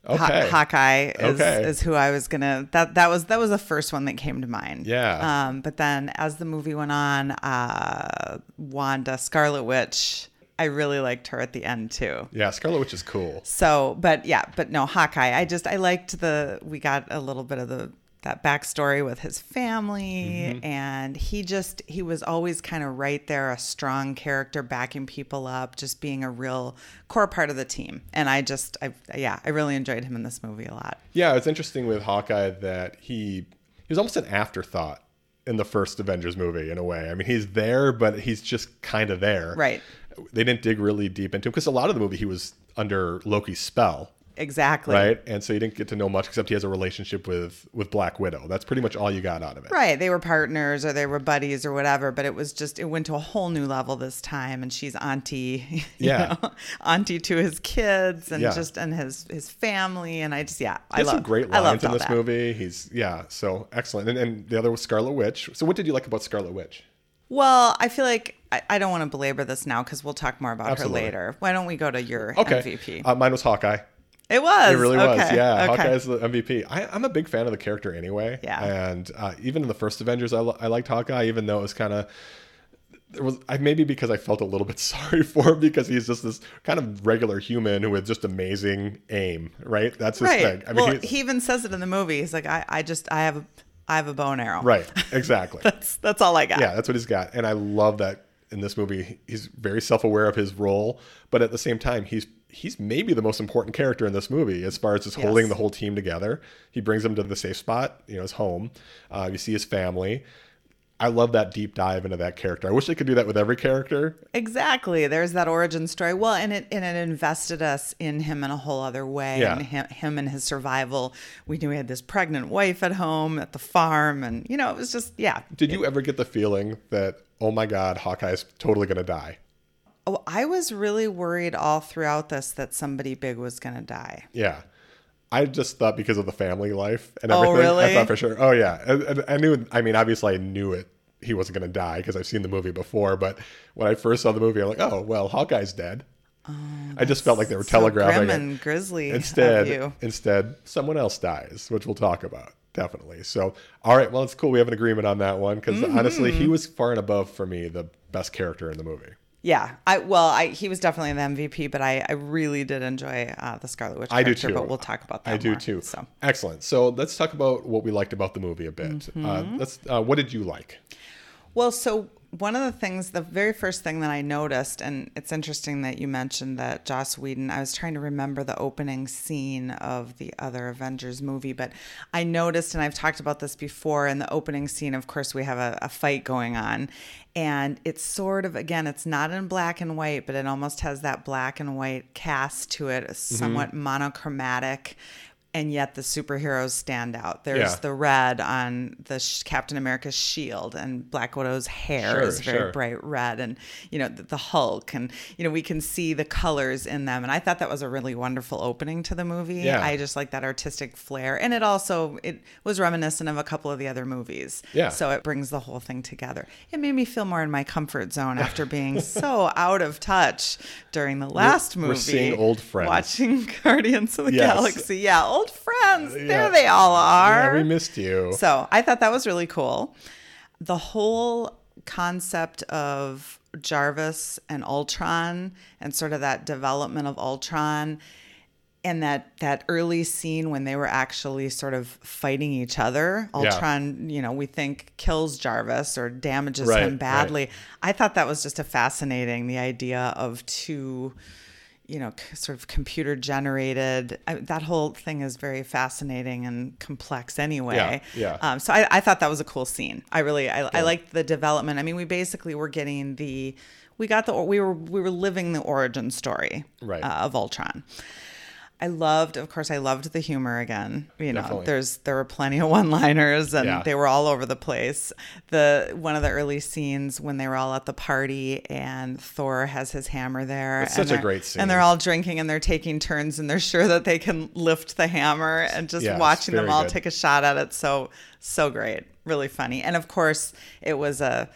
S2: Haw-
S1: Okay.
S2: Hawkeye is,
S1: Okay.
S2: is who I was gonna. That that was that was the first one that came to mind.
S1: Yeah.
S2: Um, but then as the movie went on, uh, Wanda Scarlet Witch, I really liked her at the end too.
S1: Yeah, Scarlet Witch is cool.
S2: So, but yeah, but no, Hawkeye. I just I liked the we got a little bit of the that backstory with his family and he just he was always kind of right there a strong character backing people up just being a real core part of the team and i just i yeah i really enjoyed him in this movie a lot
S1: Yeah, it's interesting with Hawkeye that he he was almost an afterthought in the first Avengers movie in a way. I mean, he's there, but he's just kind of there.
S2: Right.
S1: They didn't dig really deep into him because a lot of the movie he was under Loki's spell,
S2: exactly
S1: right? And so you didn't get to know much except he has a relationship with with Black Widow. That's pretty much all you got out of it.
S2: Right. They were partners or they were buddies or whatever, but it was just, it went to a whole new level this time. And she's auntie, you
S1: Yeah.
S2: know, auntie to his kids and
S1: Yeah.
S2: just, and his, his family. And I just, yeah, I
S1: There's
S2: love
S1: some great
S2: I
S1: lines
S2: loved
S1: in
S2: all
S1: this
S2: that.
S1: movie. He's yeah, so excellent. And, and the other was Scarlet Witch. So what did you like about Scarlet Witch?
S2: Well, I feel like I, I don't want to belabor this now because we'll talk more about
S1: Absolutely.
S2: her later. Why don't we go to your
S1: Okay,
S2: MVP?
S1: Uh, mine was Hawkeye.
S2: it was.
S1: It really
S2: okay.
S1: was. Yeah,
S2: Okay.
S1: Hawkeye's the MVP. I, I'm a big fan of the character anyway.
S2: Yeah.
S1: And uh, even in the first Avengers, I, li- I liked Hawkeye, even though it was kind of. It was I maybe because I felt a little bit sorry for him because he's just this kind of regular human who with just amazing aim, right? That's his
S2: Right.
S1: thing. I
S2: well,
S1: mean, he-
S2: he even says it in the movie. He's like, I, I just, I have, a, I have a bow and arrow.
S1: right, exactly.
S2: That's, that's all I got.
S1: yeah, that's what he's got, and I love that in this movie. He's very self-aware of his role, but at the same time, he's he's maybe the most important character in this movie as far as just holding
S2: Yes.
S1: the whole team together. He brings them to the safe spot, you know, his home. Uh, you see his family. I love that deep dive into that character. I wish they could do that with every character.
S2: Exactly. There's that origin story. Well, and it and it invested us in him in a whole other way.
S1: Yeah.
S2: And him, him and his survival. We knew he had this pregnant wife at home at the farm, and you know it was just yeah.
S1: Did you ever get the feeling that oh my god, Hawkeye's totally gonna die?
S2: Oh, I was really worried all throughout this that somebody big was gonna die.
S1: Yeah. I just thought because of the family life and
S2: Oh,
S1: everything. I
S2: really?
S1: thought for sure. Oh yeah, and, and I knew. I mean, obviously, I knew it. He wasn't going to die because I've seen the movie before. But when I first saw the movie, I'm like, oh well, Hawkeye's dead. I just felt like they were
S2: Oh, so
S1: telegraphing
S2: grim
S1: it.
S2: and grisly. of
S1: Instead,
S2: you.
S1: instead, someone else dies, which we'll talk about definitely. So, all right, well, it's cool. We have an agreement on that one because honestly,
S2: Mm-hmm.
S1: he was far and above for me the best character in the movie.
S2: Yeah. I well, I he was definitely the MVP, but I I really did enjoy uh, the Scarlet Witch.
S1: I do
S2: character,
S1: too.
S2: But we'll talk about that.
S1: I do
S2: more.
S1: too.
S2: So.
S1: Excellent. So let's talk about what we liked about the movie a bit. Uh,
S2: Mm-hmm.
S1: let's. Uh, what did you like?
S2: Well, so one of the things, the very first thing that I noticed, and it's interesting that you mentioned that Joss Whedon, I was trying to remember the opening scene of the other Avengers movie, but I noticed, and I've talked about this before, in the opening scene, of course, we have a, a fight going on. And it's sort of, again, it's not in black and white, but it almost has that black and white cast to it, somewhat monochromatic. And yet the superheroes stand out. There's
S1: Yeah.
S2: the the red on the sh- Captain America's shield and Black Widow's hair
S1: Sure,
S2: is very
S1: sure.
S2: bright red and you know the, the Hulk and you know we can see the colors in them and I thought that was a really wonderful opening to the movie.
S1: Yeah.
S2: I just like that artistic flair and it also it was reminiscent of a couple of the other movies.
S1: Yeah.
S2: So it brings the whole thing together. It made me feel more in my comfort zone after being so out of touch during the last
S1: we're
S2: movie.
S1: seeing old friends.
S2: Watching Guardians of the
S1: Yes. Uh,
S2: Galaxy. Yeah, old friends.
S1: Yeah.
S2: There they all
S1: Yeah,
S2: are.
S1: we missed you.
S2: So I thought that was really cool. The whole concept of Jarvis and Ultron and sort of that development of Ultron and that that early scene when they were actually sort of fighting each other ultron you know we think kills jarvis or damages
S1: Right,
S2: him
S1: right.
S2: badly i thought that was just a fascinating the idea of two you know c- sort of computer generated I, that whole thing is very fascinating and complex anyway
S1: Yeah, yeah.
S2: um, so I, I thought that was a cool scene i really i, I liked the development i mean we basically were getting the we got the or- we were we were living the origin story
S1: Right.
S2: uh, of ultron I loved, of course, I loved the humor again. You know,
S1: Definitely.
S2: there's there were plenty of one-liners, and
S1: Yeah.
S2: they were all over the place. The one of the early scenes when they were all at the party, and Thor has his hammer there.
S1: It's
S2: and
S1: such a
S2: they're-
S1: great scene.
S2: And they're all drinking, and they're taking turns, and they're sure that they can lift the hammer, and just
S1: Yeah, it's
S2: watching them
S1: very
S2: all
S1: good.
S2: take a shot at it. So so great, really funny. And of course, it was a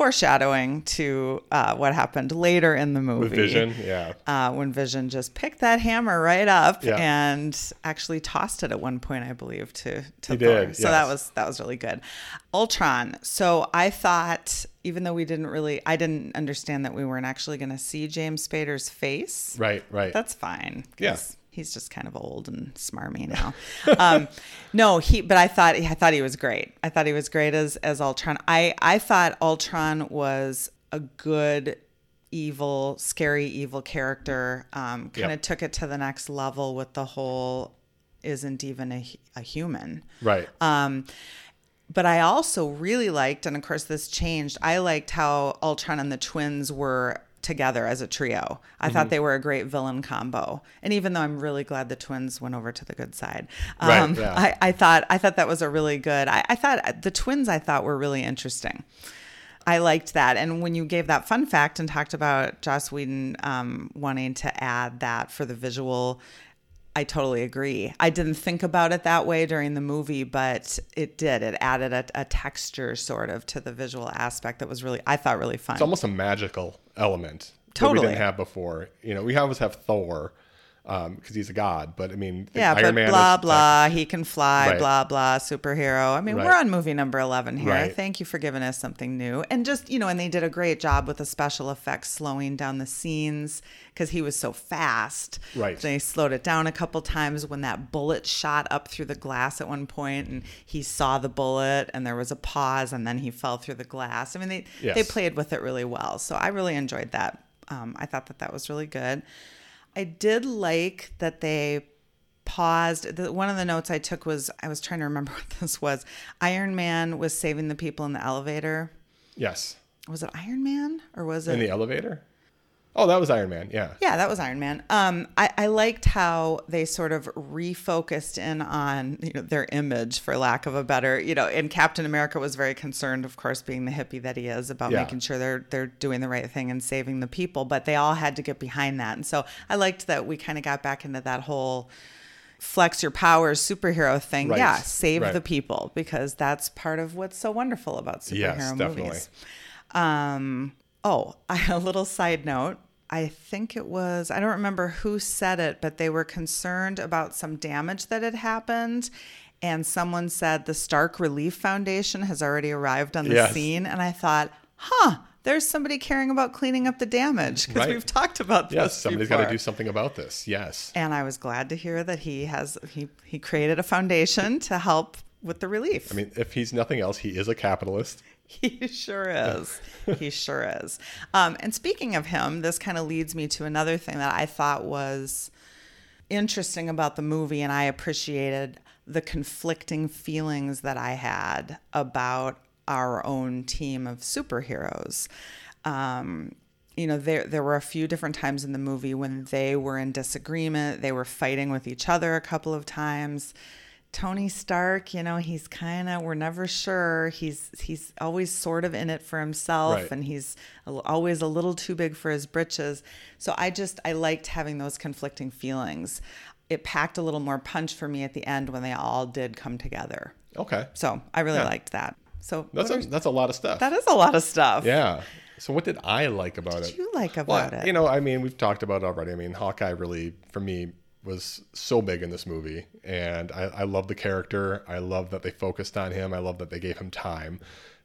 S2: foreshadowing to uh, what happened later in the movie
S1: Vision, yeah.
S2: uh, when Vision just picked that hammer right up
S1: Yeah.
S2: and actually tossed it at one point, I believe, to to
S1: He
S2: Thor.
S1: did,
S2: So that
S1: yes.
S2: was that was really good. Ultron. So I thought, even though we didn't really, I didn't understand that we weren't actually going to see James Spader's face.
S1: Right, right.
S2: That's fine. 'cause
S1: Yeah.
S2: He's just kind of old and smarmy now. um, no, he. But I thought I thought he was great. I thought he was great as as Ultron. I I thought Ultron was a good evil, scary evil character. Um, kind of
S1: Yep.
S2: took it to the next level with the whole isn't even a, hu- a human.
S1: right.
S2: uh, Um, But I also really liked, and of course this changed. I liked how Ultron and the twins were together as a trio. I
S1: Mm-hmm.
S2: thought they were a great villain combo. And even though I'm really glad the twins went over to the good side, Um,
S1: Right, yeah.
S2: I, I thought I thought that was a really good. I, I thought uh, the twins I thought were really interesting. I liked that. And when you gave that fun fact and talked about Joss Whedon um, wanting to add that for the visual, I totally agree. I didn't think about it that way during the movie, but it did. It added a, a texture sort of to the visual aspect that was really, I thought, really fun.
S1: it's almost a magical element that we
S2: Totally.
S1: didn't have before. You know, we always have Thor because he's a god, but I mean,
S2: yeah,
S1: Iron
S2: but
S1: Man
S2: blah
S1: is- uh,
S2: blah, he can fly,
S1: Right.
S2: blah blah, superhero. I mean,
S1: Right.
S2: we're on movie number eleven here.
S1: Right.
S2: Thank you for giving us something new, and just you know, and they did a great job with the special effects, slowing down the scenes because he was so fast.
S1: Right.
S2: They slowed it down a couple times when that bullet shot up through the glass at one point, and he saw the bullet, and there was a pause, and then he fell through the glass. I mean, they
S1: Yes.
S2: they played played with it really well. So I really enjoyed that. Um, I thought that that was really good. I did like that they paused. The, one of the notes I took was I was trying to remember what this was. Iron Man was saving the people in the elevator.
S1: Yes,
S2: Was it Iron Man or was it?
S1: in the elevator. Oh, that was Iron Man. Yeah,
S2: Yeah, that was Iron Man. Um, I, I liked how they sort of refocused in on you know their image, for lack of a better, you know. And Captain America was very concerned, of course, being the hippie that he is, about
S1: Yeah.
S2: making sure they're they're doing the right thing and saving the people. But they all had to get behind that, and so I liked that we kind of got back into that whole flex your powers superhero thing.
S1: Right.
S2: Yeah, save
S1: Right.
S2: the people because that's part of what's so wonderful about superhero
S1: Yes, definitely.
S2: movies. Um, oh, a little side note. I think it was, I don't remember who said it, but they were concerned about some damage that had happened. And someone said the Stark Relief Foundation has already arrived on the
S1: Yes.
S2: scene. And I thought, huh, there's somebody caring about cleaning up the damage because
S1: Right.
S2: we've talked about this.
S1: yes. Somebody's got to
S2: before.
S1: do something about this. Yes,
S2: And I was glad to hear that he has, he, he created a foundation to help with the relief.
S1: I mean, if he's nothing else, he is a capitalist.
S2: He sure is. he sure is. Um, and speaking of him, this kind of leads me to another thing that I thought was interesting about the movie, and I appreciated the conflicting feelings that I had about our own team of superheroes. Um, you know, there there were a few different times in the movie when they were in disagreement. They were fighting with each other a couple of times. Tony Stark, you know, he's kind of we're never sure. He's he's always sort of in it for himself,
S1: Right.
S2: and he's a- always a little too big for his britches. So I just I liked having those conflicting feelings. It packed a little more punch for me at the end when they all did come together.
S1: Okay,
S2: So I really
S1: Yeah.
S2: liked that. So
S1: that's a,
S2: what are-
S1: that's a lot of stuff.
S2: that is a lot of stuff.
S1: Yeah. So what did I like about it?
S2: What did you like
S1: Well,
S2: about it?
S1: you know, I mean, we've talked about it already. I mean, Hawkeye really, for me, was so big in this movie, and I, I love the character. I love that they focused on him. I love that they gave him time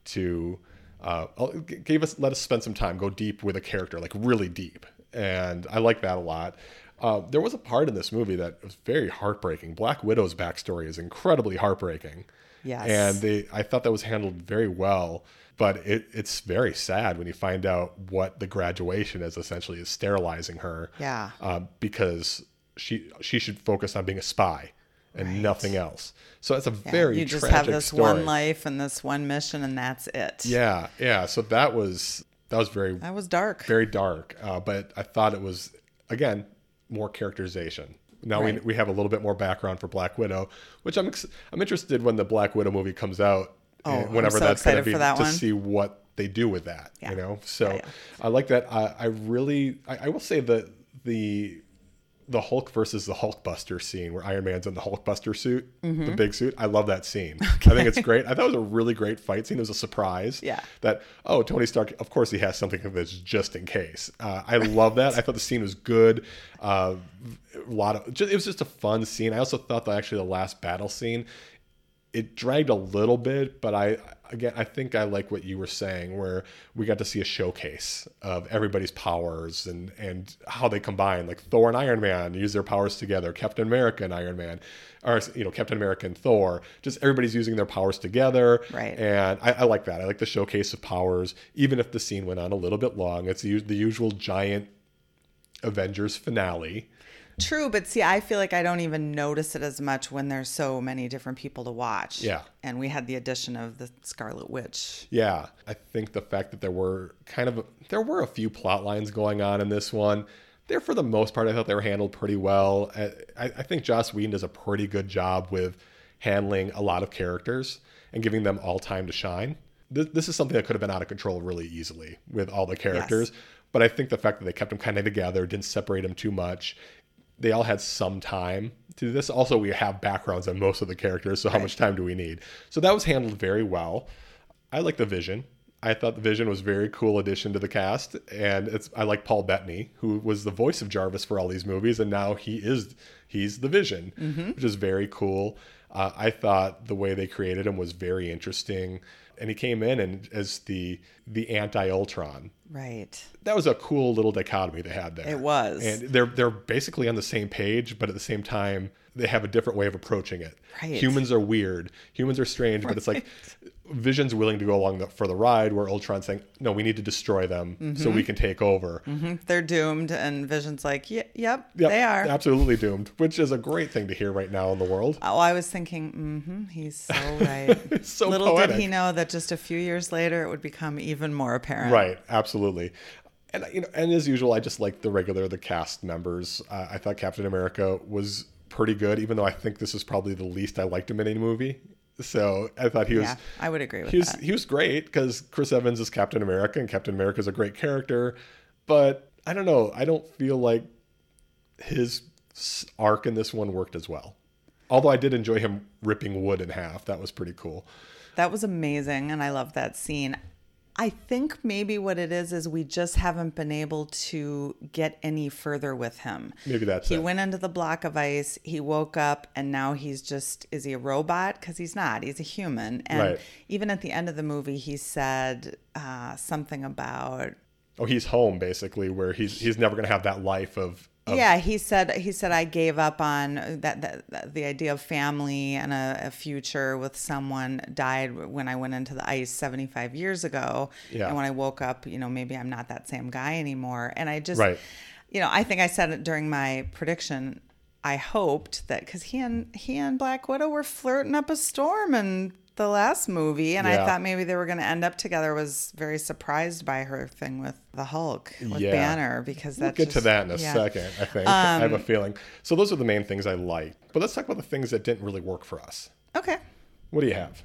S1: to uh, oh, g- gave us let us spend some time, go deep with a character, like really deep, and I like that a lot. Uh, there was a part in this movie that was very heartbreaking. Black Widow's backstory is incredibly heartbreaking.
S2: Yes.
S1: And they I thought that was handled very well, but it, it's very sad when you find out what the graduation is essentially is sterilizing her.
S2: Yeah.
S1: Uh, because she she should focus on being a spy and nothing else. So it's a very
S2: you just
S1: tragic
S2: have this
S1: story.
S2: one life and this one mission, and that's it.
S1: Yeah, yeah. So that was that was very
S2: That was dark.
S1: very dark, uh, but I thought it was again more characterization. Now we,
S2: Right.
S1: we have a little bit more background for Black Widow, which I'm ex- I'm interested when the Black Widow movie comes out,
S2: Oh,
S1: and
S2: I'm
S1: whenever
S2: so
S1: that's going to
S2: excited
S1: be
S2: for that
S1: to
S2: one.
S1: see what they do with that.
S2: Yeah.
S1: You know, so
S2: Yeah, yeah.
S1: I like that. I, I really I, I will say the the the Hulk versus the Hulkbuster scene where Iron Man's in the Hulkbuster suit, the big suit. I love that scene. I think it's great. I thought it was a really great fight scene. It was a surprise.
S2: Yeah.
S1: That oh, Tony Stark. Of course, he has something of this just in case. Uh, I love that. I thought the scene was good. Uh, a lot of just, it was just a fun scene. I also thought that actually the last battle scene it dragged a little bit, but I again I think I like what you were saying where we got to see a showcase of everybody's powers and and how they combine like Thor and Iron Man use their powers together, Captain America and Iron Man or you know Captain America and Thor, just everybody's using their powers together.
S2: Right.
S1: And I, I like that. I like the showcase of powers even if the scene went on a little bit long. It's the, the usual giant Avengers finale.
S2: True, but see, I feel like I don't even notice it as much when there's so many different people to watch.
S1: Yeah.
S2: And we had the addition of the Scarlet Witch.
S1: Yeah, I think the fact that there were kind of there were a few plot lines going on in this one. There, for the most part, I thought they were handled pretty well. I, I I think Joss Whedon does a pretty good job with handling a lot of characters and giving them all time to shine. This, this is something that could have been out of control really easily with all the characters, but I think the fact that they kept them kind of together, didn't separate them too much. They all had some time to do this. Also, we have backgrounds on most of the characters, so how much time do we need? So that was handled very well. I like the Vision. I thought the Vision was a very cool addition to the cast, and it's I like Paul Bettany, who was the voice of Jarvis for all these movies, and now he is he's the Vision, which is very cool. Uh, I thought the way they created him was very interesting, and he came in and as the the anti Ultron.
S2: Right.
S1: That was a cool little dichotomy they had there.
S2: It was.
S1: and they're they're basically on the same page, but at the same time they have a different way of approaching it.
S2: Right.
S1: Humans are weird. Humans are strange, but it's like Vision's willing to go along the, for the ride, where Ultron's saying, "No, we need to destroy them so
S2: Mm-hmm.
S1: we can take over."
S2: They're doomed, and Vision's like, y- yep,
S1: Yep,
S2: they are.
S1: absolutely doomed, which is a great thing to hear right now in the world.
S2: Oh, I was thinking, mm-hmm, he's so right.
S1: so
S2: Little
S1: poetic.
S2: did he know that just a few years later it would become even more apparent.
S1: Right, absolutely. And you know, and as usual, I just like the regular the cast members. Uh, I thought Captain America was pretty good, even though I think this is probably the least I liked him in any movie. So I thought he was
S2: Yeah, I would agree with
S1: he was
S2: that.
S1: he was great because Chris Evans is Captain America and Captain America is a great character, but I don't know. I don't feel like his s- arc in this one worked as well. Although I did enjoy him ripping wood in half. That was pretty cool.
S2: That was amazing, and I love that scene. I think maybe what it is is we just haven't been able to get any further with him.
S1: Maybe that's
S2: he
S1: it.
S2: went into the block of ice, he woke up, and now he's just is he a robot? Because he's not, he's a human. And
S1: Right.
S2: even at the end of the movie, he said uh, something about
S1: Oh, he's home basically, where he's he's never gonna have that life of, of
S2: yeah he said he said i gave up on that, that, that the idea of family and a, a future with someone died when i went into the ice 75 years ago
S1: Yeah.
S2: and when i woke up you know maybe i'm not that same guy anymore and i just
S1: Right.
S2: you know i think i said it during my prediction i hoped that because he and he and black widow were flirting up a storm in the last movie and
S1: Yeah.
S2: i thought maybe they were going to end up together was very surprised by her thing with the hulk with
S1: Yeah.
S2: banner because that's
S1: We'll get to
S2: just-
S1: that in a
S2: yeah. Um,
S1: second, I think. I have a feeling. So those are the main things I like. But let's talk about the things that didn't really work for us.
S2: Okay.
S1: What do you have?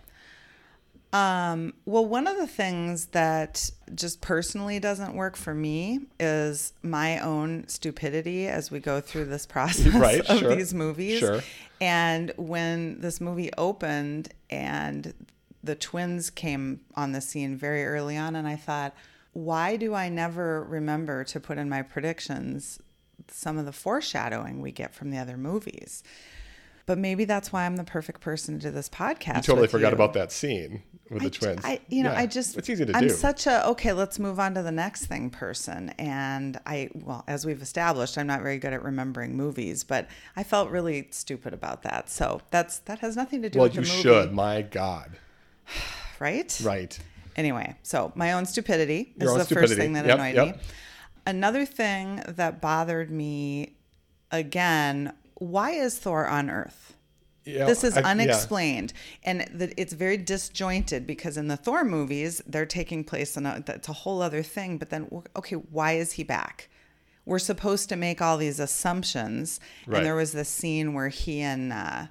S2: Well, one of the things that just personally doesn't work for me is my own stupidity as we go through this process
S1: Right,
S2: of
S1: sure.
S2: these movies.
S1: Sure.
S2: And when this movie opened and the twins came on the scene very early on, and I thought, why do I never remember to put in my predictions some of the foreshadowing we get from the other movies? But maybe that's why I'm the perfect person to do this podcast.
S1: I totally
S2: with
S1: forgot
S2: you.
S1: about that scene with the twins.
S2: I, you know,
S1: Yeah.
S2: I just
S1: it's easy to do.
S2: I'm such a okay. Let's move on to the next thing, person. And I, well, as we've established, I'm not very good at remembering movies, but I felt really stupid about that. So that's that has nothing to do
S1: well,
S2: with
S1: you
S2: the movie,
S1: should. My God.
S2: right?
S1: Right.
S2: Anyway, so my own stupidity
S1: Your
S2: is
S1: own
S2: the
S1: stupidity.
S2: first thing that
S1: Yep,
S2: annoyed
S1: yep.
S2: me. Another thing that bothered me, again, why is Thor on Earth?
S1: Yeah,
S2: this is
S1: I- yeah.
S2: unexplained and the, it's very disjointed because in the thor movies they're taking place in a that's a whole other thing but then okay why is he back we're supposed to make all these assumptions.
S1: Right.
S2: And there was this scene where he and uh,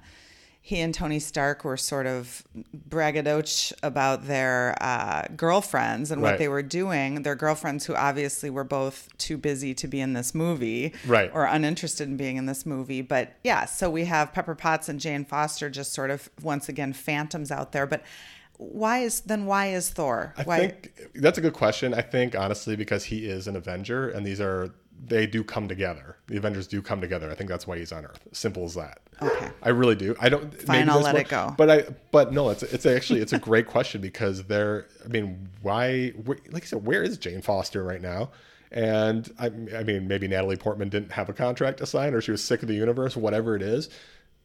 S2: he and Tony Stark were sort of braggadoch about their uh, girlfriends and
S1: Right.
S2: what they were doing. Their girlfriends, who obviously were both too busy to be in this movie,
S1: Right.
S2: or uninterested in being in this movie. But yeah, so we have Pepper Potts and Jane Foster just sort of once again phantoms out there. But why is then why is Thor?
S1: I
S2: why
S1: think that's a good question. I think honestly because he is an Avenger and these are they do come together. The Avengers do come together. I think that's why he's on Earth. Simple as that.
S2: Okay.
S1: I really do. I don't.
S2: Fine, I'll
S1: there's
S2: let
S1: more-
S2: it go.
S1: But I. But no, it's it's actually it's a great question because there. I mean, why? Where, like I said, where is Jane Foster right now? And I, I mean, maybe Natalie Portman didn't have a contract to sign, or she was sick of the universe, whatever it is.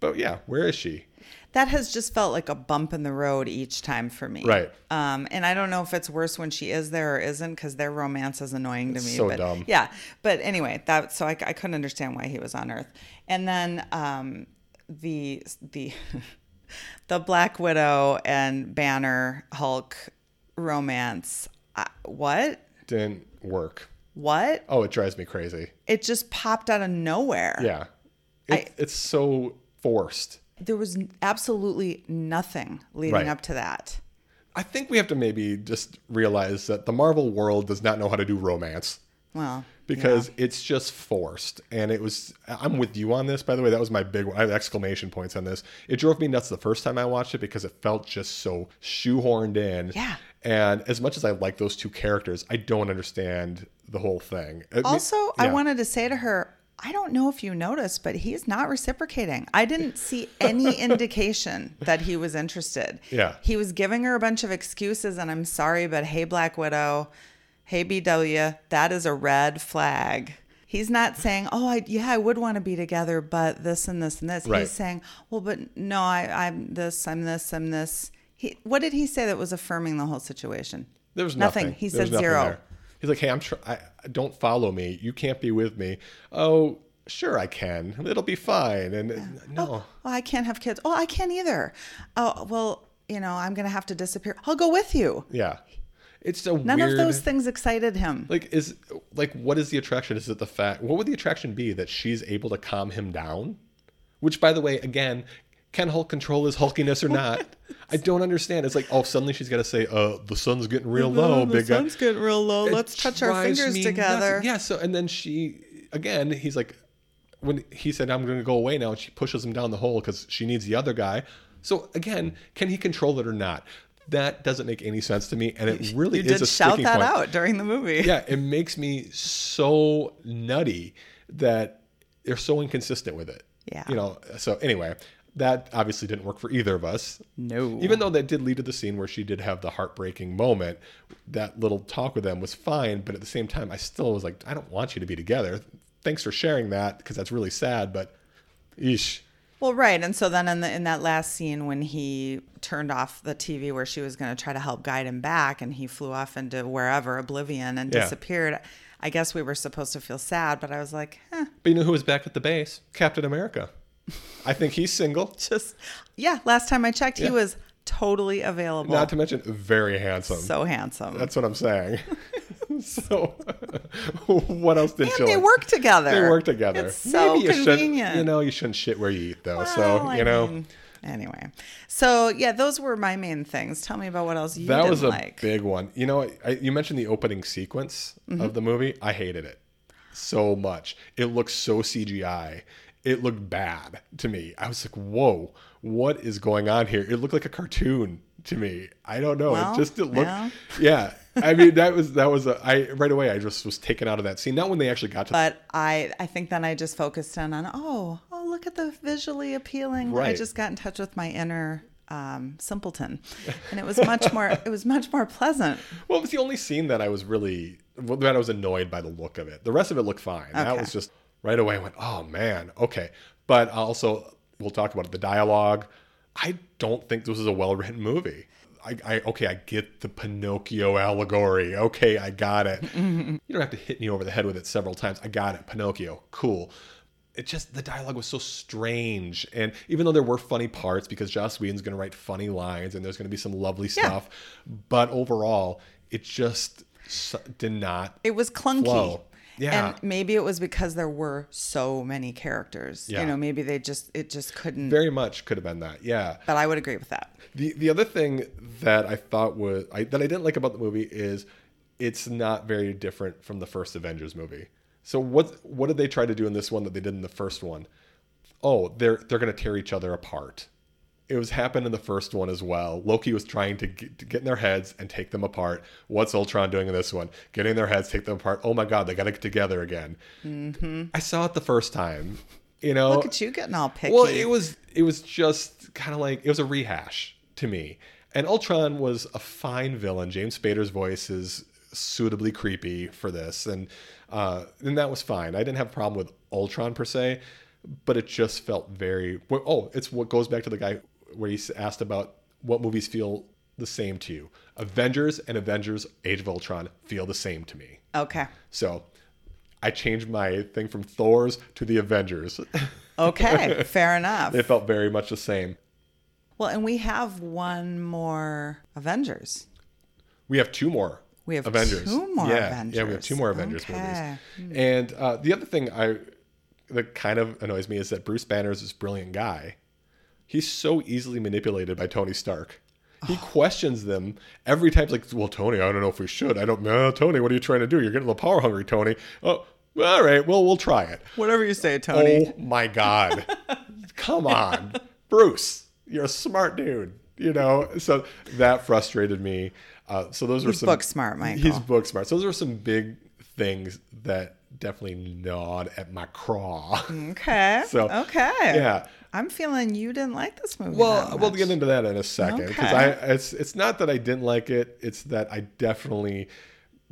S1: But yeah, where is she?
S2: that has just felt like a bump in the road each time for me.
S1: Right.
S2: Um, and I don't know if it's worse when she is there or isn't because their romance is annoying to me.
S1: so
S2: but
S1: dumb.
S2: Yeah. But anyway, that so I, I couldn't understand why he was on Earth. And then um, the the the Black Widow and Banner Hulk romance. Uh, what?
S1: Didn't work.
S2: What?
S1: Oh, it drives me crazy.
S2: It just popped out of nowhere.
S1: Yeah, it, it's so forced.
S2: There was absolutely nothing leading
S1: Right.
S2: up to that.
S1: I think we have to maybe just realize that the Marvel world does not know how to do romance.
S2: Well,
S1: because it's just forced and it was i'm with you on this by the way that was my big one i have exclamation points on this it drove me nuts the first time i watched it because it felt just so shoehorned in
S2: Yeah.
S1: and as much as i like those two characters i don't understand the whole thing I mean-
S2: Also, I
S1: yeah.
S2: wanted to say to her, I don't know if you noticed, but he's not reciprocating. I didn't see any indication that he was interested.
S1: Yeah.
S2: He was giving her a bunch of excuses, and I'm sorry, but hey, Black Widow, hey, BW, that is a red flag. He's not saying, oh, I, yeah, I would want to be together, but this and this and this.
S1: Right.
S2: He's saying, well, but no, I, I'm this, I'm this, I'm this. He, what did he say that was affirming the whole situation?
S1: there was nothing,
S2: He
S1: There was
S2: said
S1: nothing
S2: zero.
S1: there. he's like hey i'm tr- I, don't follow me you can't be with me oh sure i can it'll be fine and no
S2: Oh, I can't have kids. Oh, I can't either. Oh, well, you know, I'm going to have to disappear. I'll go with you.
S1: yeah it's so
S2: None
S1: weird.
S2: of those things excited him.
S1: like is like what is the attraction is it the fact what would the attraction be that she's able to calm him down which by the way again can hulk control his hulkiness or not i don't understand it's like oh suddenly she's got to say uh the sun's getting real low big guy
S2: getting real low.
S1: It
S2: Let's touch our
S1: drives
S2: fingers
S1: me
S2: together.
S1: nuts. yeah so and then she again he's like when he said i'm gonna go away now and she pushes him down the hole because she needs the other guy so again can he control it or not that doesn't make any sense to me and it really
S2: You
S1: is a
S2: did shout
S1: sticking
S2: that
S1: point
S2: out during the movie.
S1: yeah, it makes me so nutty that they're so inconsistent with it.
S2: Yeah.
S1: You know, so anyway, that obviously didn't work for either of us.
S2: No.
S1: Even though that did lead to the scene where she did have the heartbreaking moment, that little talk with them was fine, but at the same time I still was like I don't want you to be together. Thanks for sharing that because that's really sad, but eesh.
S2: Well, right. And so then in the in that last scene when he turned off the TV where she was going to try to help guide him back and he flew off into wherever, oblivion and
S1: Yeah.
S2: disappeared. I guess we were supposed to feel sad, but I was like, eh,
S1: But you know who was back at the base? Captain America. I think he's single.
S2: just yeah, last time I checked,
S1: Yeah.
S2: he was totally available.
S1: Not to mention very handsome.
S2: so handsome.
S1: That's what I'm saying. so, what else did you
S2: and they
S1: like?
S2: work together.
S1: They work together.
S2: It's so
S1: Maybe you shouldn't-
S2: convenient.
S1: You know, you shouldn't shit where you eat, though.
S2: Well,
S1: so
S2: I
S1: you know,
S2: mean, anyway, so yeah, those were my main things. Tell me about what else you
S1: that
S2: didn't
S1: was a
S2: like.
S1: big one. You know, I, you mentioned the opening sequence
S2: Mm-hmm.
S1: of the movie. I hated it so much. It looked so CGI. It looked bad to me. I was like, "Whoa, what is going on here?" It looked like a cartoon to me. I don't know.
S2: Well,
S1: it just it looked.
S2: yeah.
S1: Yeah, I mean that was that was a, I right away. I just was taken out of that scene. Not when they actually got to
S2: but I, I think then I just focused in on oh, oh, look at the visually appealing. I
S1: Right.
S2: just got in touch with my inner um, simpleton, and it was much more, it was much more pleasant.
S1: Well, it was the only scene that I was really well, that I was annoyed by the look of it. The rest of it looked fine. That
S2: Okay.
S1: was just right away. I went, oh man, okay. But also, we'll talk about it. The dialogue. I don't think this is a well written movie. I, I okay, I get the Pinocchio allegory. Okay, I got it. you don't have to hit me over the head with it several times. I got it. Pinocchio, cool. It just the dialogue was so strange, and even though there were funny parts, because Joss Whedon's going to write funny lines, and there's going to be some lovely stuff, but overall, it just s- did not.
S2: It was clunky.
S1: Flow. Yeah.
S2: And maybe it was because there were so many characters.
S1: Yeah.
S2: You know, maybe they just it just couldn't.
S1: Very much could have been that. Yeah.
S2: but I would agree with that.
S1: The the other thing that I thought was I, that I didn't like about the movie is it's not very different from the first Avengers movie. So what what did they try to do in this one that they did in the first one? Oh, they're they're going to tear each other apart. It was happened in the first one as well. Loki was trying to get, to get in their heads and take them apart. What's Ultron doing in this one? Getting in their heads, take them apart. Oh my God, they got to get together again. I saw it the first time. You know,
S2: Mm-hmm. Look at you getting all picky.
S1: well, it was it was just kind of like it was a rehash to me. And Ultron was a fine villain. James Spader's voice is suitably creepy for this, and uh, and that was fine. I didn't have a problem with Ultron per se, but it just felt very. well, Oh, it's what goes back to the guy where he s- asked about what movies feel the same to you. Avengers and Avengers: Age of Ultron feel the same to me.
S2: okay.
S1: So, I changed my thing from Thor's to the Avengers.
S2: Okay. fair enough.
S1: It felt very much the same.
S2: Well, and we have one more Avengers.
S1: We have two more.
S2: We have
S1: Avengers.
S2: two more
S1: yeah, Yeah, we have
S2: Avengers.
S1: two more Avengers
S2: Okay. Hmm.
S1: movies. And uh, the other thing I that kind of annoys me is that Bruce Banner is this brilliant guy. He's so easily manipulated by Tony Stark. He questions them every time. He's like, well, Tony, I don't know if we should. I don't know, Tony. What are you trying to do? You're getting a little power hungry, Tony. Oh, all right. Well, we'll try it.
S2: Whatever you say,
S1: Oh my God. Come on. Bruce, you're a smart dude. You know, so that frustrated me. Uh, so those were some
S2: book smart, Michael.
S1: He's book smart. So those are some big things that definitely gnawed at my craw.
S2: Mm. Oh. Okay.
S1: So,
S2: okay.
S1: yeah.
S2: I'm feeling you didn't like this movie.
S1: Well,
S2: that
S1: we'll
S2: much.
S1: get into that in a second because
S2: Okay.
S1: I it's it's not that I didn't like it. It's that I definitely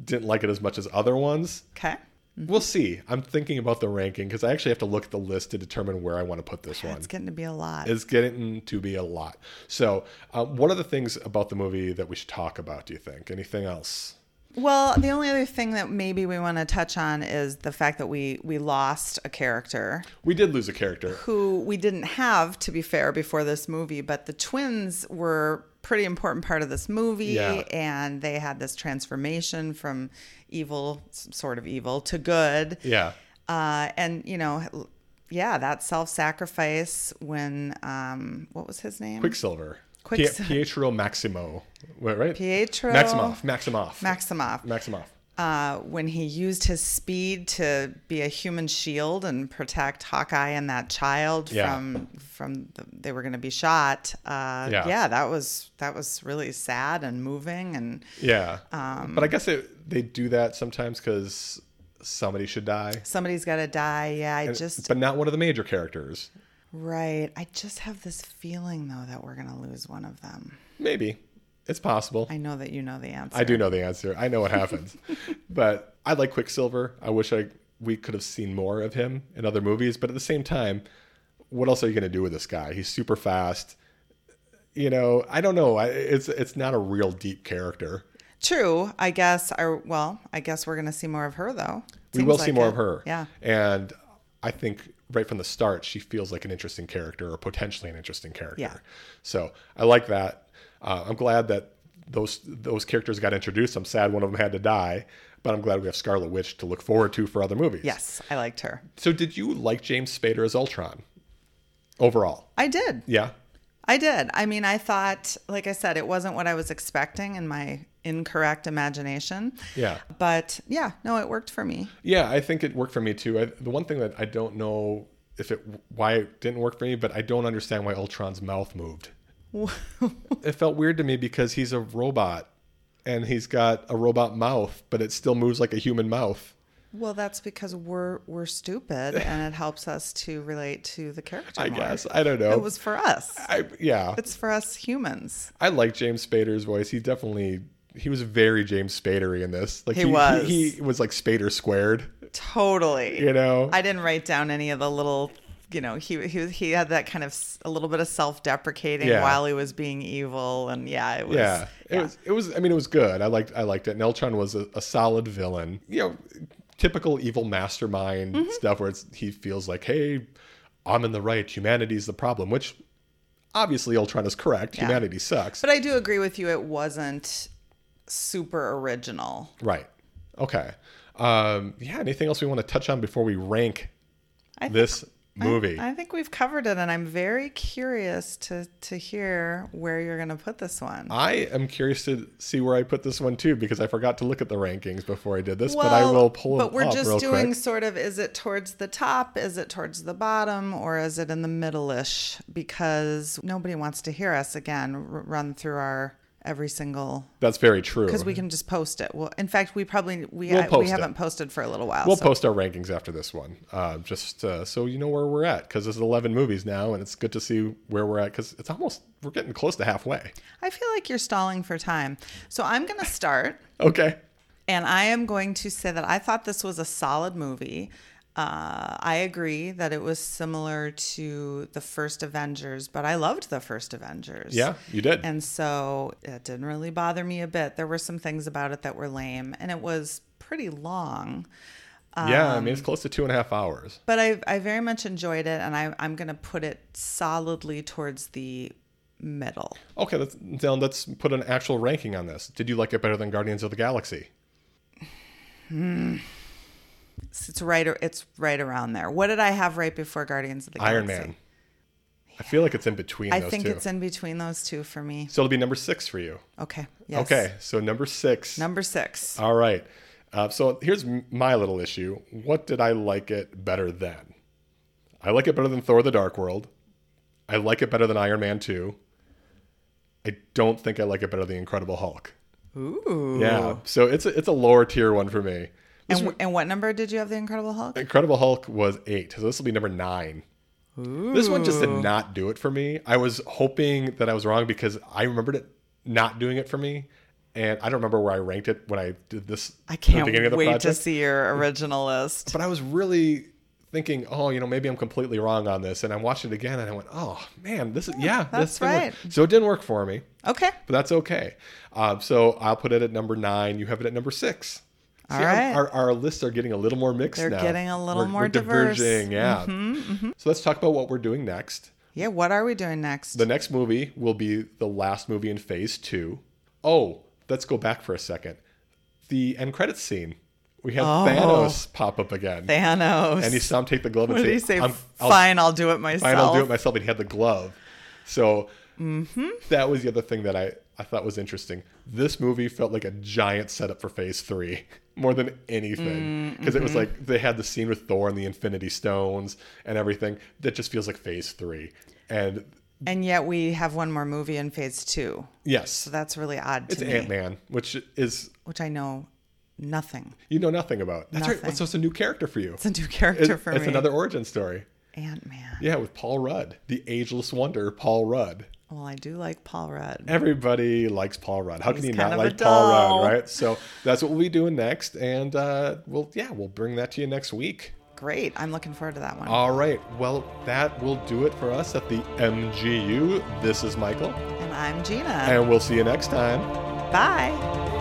S1: didn't like it as much as other ones.
S2: Okay. Mm-hmm.
S1: We'll see. I'm thinking about the ranking because I actually have to look at the list to determine where I want to put this one.
S2: It's getting to be a lot.
S1: It's getting to be a lot. So, uh, what are the things about the movie that we should talk about? Do you think anything else?
S2: Well, the only other thing that maybe we want to touch on is the fact that we we lost a character
S1: We did lose a character.
S2: who we didn't have to be fair before this movie, but the twins were pretty important part of this movie
S1: Yeah.
S2: and they had this transformation from evil s- sort of evil to good.
S1: Yeah,
S2: Uh, and you know, l- yeah, that self-sacrifice when um, what was his name?
S1: Quicksilver.
S2: Quicks-
S1: Pie- Pietro Maximo. Wait, right?
S2: Pietro
S1: Maximoff. Maximoff.
S2: Maximoff.
S1: Maximoff.
S2: uh, when he used his speed to be a human shield and protect Hawkeye and that child
S1: Yeah.
S2: from from the, they were going to be shot. Uh,
S1: Yeah.
S2: yeah. that was that was really sad and moving and
S1: Yeah.
S2: Um,
S1: but I guess it, they do that sometimes because somebody should die.
S2: somebody's got to die. Yeah, I just
S1: but not one of the major characters.
S2: right. I just have this feeling though that we're going to lose one of them.
S1: Maybe it's possible.
S2: I know that you know the answer.
S1: I do know the answer. I know what happens. but I like Quicksilver. I wish I we could have seen more of him in other movies. But at the same time, what else are you going to do with this guy? He's super fast. You know, I don't know. I, it's it's not a real deep character.
S2: True, I guess. Or well, I guess we're going to see more of her though.
S1: We
S2: Seems
S1: will see
S2: like
S1: more
S2: it.
S1: of her.
S2: Yeah.
S1: And I think right from the start, she feels like an interesting character or potentially an interesting character.
S2: Yeah.
S1: So I like that. Uh, I'm glad that those those characters got introduced. I'm sad one of them had to die, but I'm glad we have Scarlet Witch to look forward to for other movies.
S2: Yes, I liked her.
S1: So did you like James Spader as Ultron overall?
S2: I did.
S1: Yeah.
S2: I did. I mean, I thought, like I said, it wasn't what I was expecting in my incorrect imagination.
S1: Yeah.
S2: But yeah, no, it worked for me.
S1: Yeah, I think it worked for me too. I, the one thing that I don't know if it why it didn't work for me, but I don't understand why Ultron's mouth moved. it felt weird to me because he's a robot and he's got a robot mouth, but it still moves like a human mouth.
S2: Well, that's because we're we're stupid, and it helps us to relate to the character.
S1: I
S2: more.
S1: guess I don't know.
S2: it was for us.
S1: I, yeah,
S2: It's for us humans.
S1: I like James Spader's voice. He definitely he was very James Spadery in this. Like
S2: He was.
S1: He, he was like Spader squared.
S2: Totally.
S1: You know.
S2: I didn't write down any of the little. You know, he he was- he had that kind of s- a little bit of self-deprecating
S1: Yeah.
S2: while he was being evil, and yeah, it was.
S1: yeah, it
S2: yeah.
S1: was. It was. I mean, it was good. I liked. I liked it. And Eltron was a, a solid villain. Mm-hmm. You know, typical evil mastermind stuff where it's, he feels like, "Hey, I'm in the right. Humanity's the problem," which obviously Ultron is correct. Humanity sucks.
S2: But I do agree with you. It wasn't super original.
S1: right. Okay. Um, yeah. Anything else we want to touch on before we rank
S2: I think-
S1: this movie?
S2: I think we've covered it, and I'm very curious to to hear where you're going to put this one.
S1: I am curious to see where I put this one too because I forgot to look at the rankings before I did this, but I will pull
S2: But we're
S1: up
S2: just
S1: real
S2: doing
S1: quick.
S2: sort of: is it towards the top? Is it towards the bottom? Or is it in the middle-ish? Because nobody wants to hear us again r- run through our every single
S1: That's very true.
S2: because we can just post it. Well, in fact, we probably we
S1: We'll
S2: I- we
S1: post it.
S2: haven't posted for a little while.
S1: We'll
S2: so
S1: post our rankings after this one, uh, just uh, so you know where we're at. Because there's 11 movies now, and it's good to see where we're at. Because it's almost we're getting close to halfway.
S2: I feel like you're stalling for time, so I'm going to start.
S1: Okay.
S2: And I am going to say that I thought this was a solid movie. Uh, I agree that it was similar to the first Avengers, but I loved the first Avengers.
S1: Yeah, you did.
S2: And so it didn't really bother me a bit. There were some things about it that were lame, and it was pretty long.
S1: yeah,
S2: um,
S1: I mean it's close to two and a half hours.
S2: But I, I very much enjoyed it, and I, I'm going to put it solidly towards the middle.
S1: Okay, let's then let's put an actual ranking on this. Did you like it better than Guardians of the Galaxy?
S2: It's, it's right. It's right around there. What did I have right before Guardians of the Galaxy?
S1: Iron Man. I feel like it's in between
S2: I
S1: those
S2: think
S1: two.
S2: it's in between those two for me.
S1: so it'll be number six for you.
S2: Okay. Yes.
S1: Okay, so number six.
S2: Number six.
S1: All right. Uh, so here's m- my little issue. What did I like it better than? I like it better than Thor: The Dark World. I like it better than Iron Man Two. I don't think I like it better than the Incredible Hulk.
S2: Ooh.
S1: Yeah. So it's a, it's a lower tier one for me.
S2: And, wh- and what number did you have the Incredible Hulk?
S1: Incredible Hulk was eight, so this will be number nine. This one just did not do it for me. I was hoping that I was wrong because I remembered it not doing it for me, and I don't remember where I ranked it when I did this.
S2: I
S1: at the
S2: can't
S1: beginning of the
S2: wait to
S1: project.
S2: see your original list.
S1: But I was really thinking, oh, you know, maybe I'm completely wrong on this, and I watched it again, and I went, oh man, this is yeah,
S2: that's
S1: this didn't work.
S2: right.
S1: So it didn't work for me,
S2: Okay.
S1: but that's okay. Um, so I'll put it at number nine. You have it at number six.
S2: All
S1: our-
S2: right.
S1: Our, our, lists are getting a little more mixed
S2: They're
S1: now.
S2: getting a little
S1: We're-
S2: more
S1: we're
S2: diverse. Mm-hmm,
S1: diverging. Yeah. So let's talk about what we're doing next.
S2: Yeah. What are we doing next?
S1: The next movie will be the last movie in phase two. Oh, let's go back for a second. The end credits scene. We have
S2: Oh.
S1: Thanos pop up again.
S2: Thanos.
S1: And he saw him take the glove and
S2: what did
S1: say,
S2: he say?
S1: I'm, I'll,
S2: Fine, I'll do it
S1: fine,
S2: myself.
S1: I'll do it myself. And he had the glove. So
S2: Mm-hmm.
S1: that was the other thing that I, I thought was interesting. This movie felt like a giant setup for phase three more than anything.
S2: Mm,
S1: Because it was
S2: mm-hmm.
S1: like they had the scene with Thor and the Infinity Stones and everything. That just feels like phase three. And
S2: and yet we have one more movie in phase two.
S1: yes,
S2: So that's really odd to
S1: it's
S2: me,
S1: Ant Man, which is,
S2: which I know nothing.
S1: you know nothing about. That's
S2: Nothing.
S1: right. So it's a new character for you.
S2: It's a new character for
S1: it's
S2: me.
S1: another origin story.
S2: Ant Man.
S1: Yeah, with Paul Rudd, the ageless wonder, Paul Rudd.
S2: Well, I do like Paul Rudd.
S1: Everybody likes Paul Rudd. How can
S2: He's
S1: you
S2: kind
S1: not
S2: of a
S1: like Paul
S2: doll.
S1: Rudd, right? So that's what we'll be doing next, and uh, we'll yeah, we'll bring that to you next week.
S2: Great. I'm looking forward to that one.
S1: All right, well that will do it for us at the MGU. This is Michael,
S2: and I'm Gina.
S1: and we'll see you next time.
S2: Bye.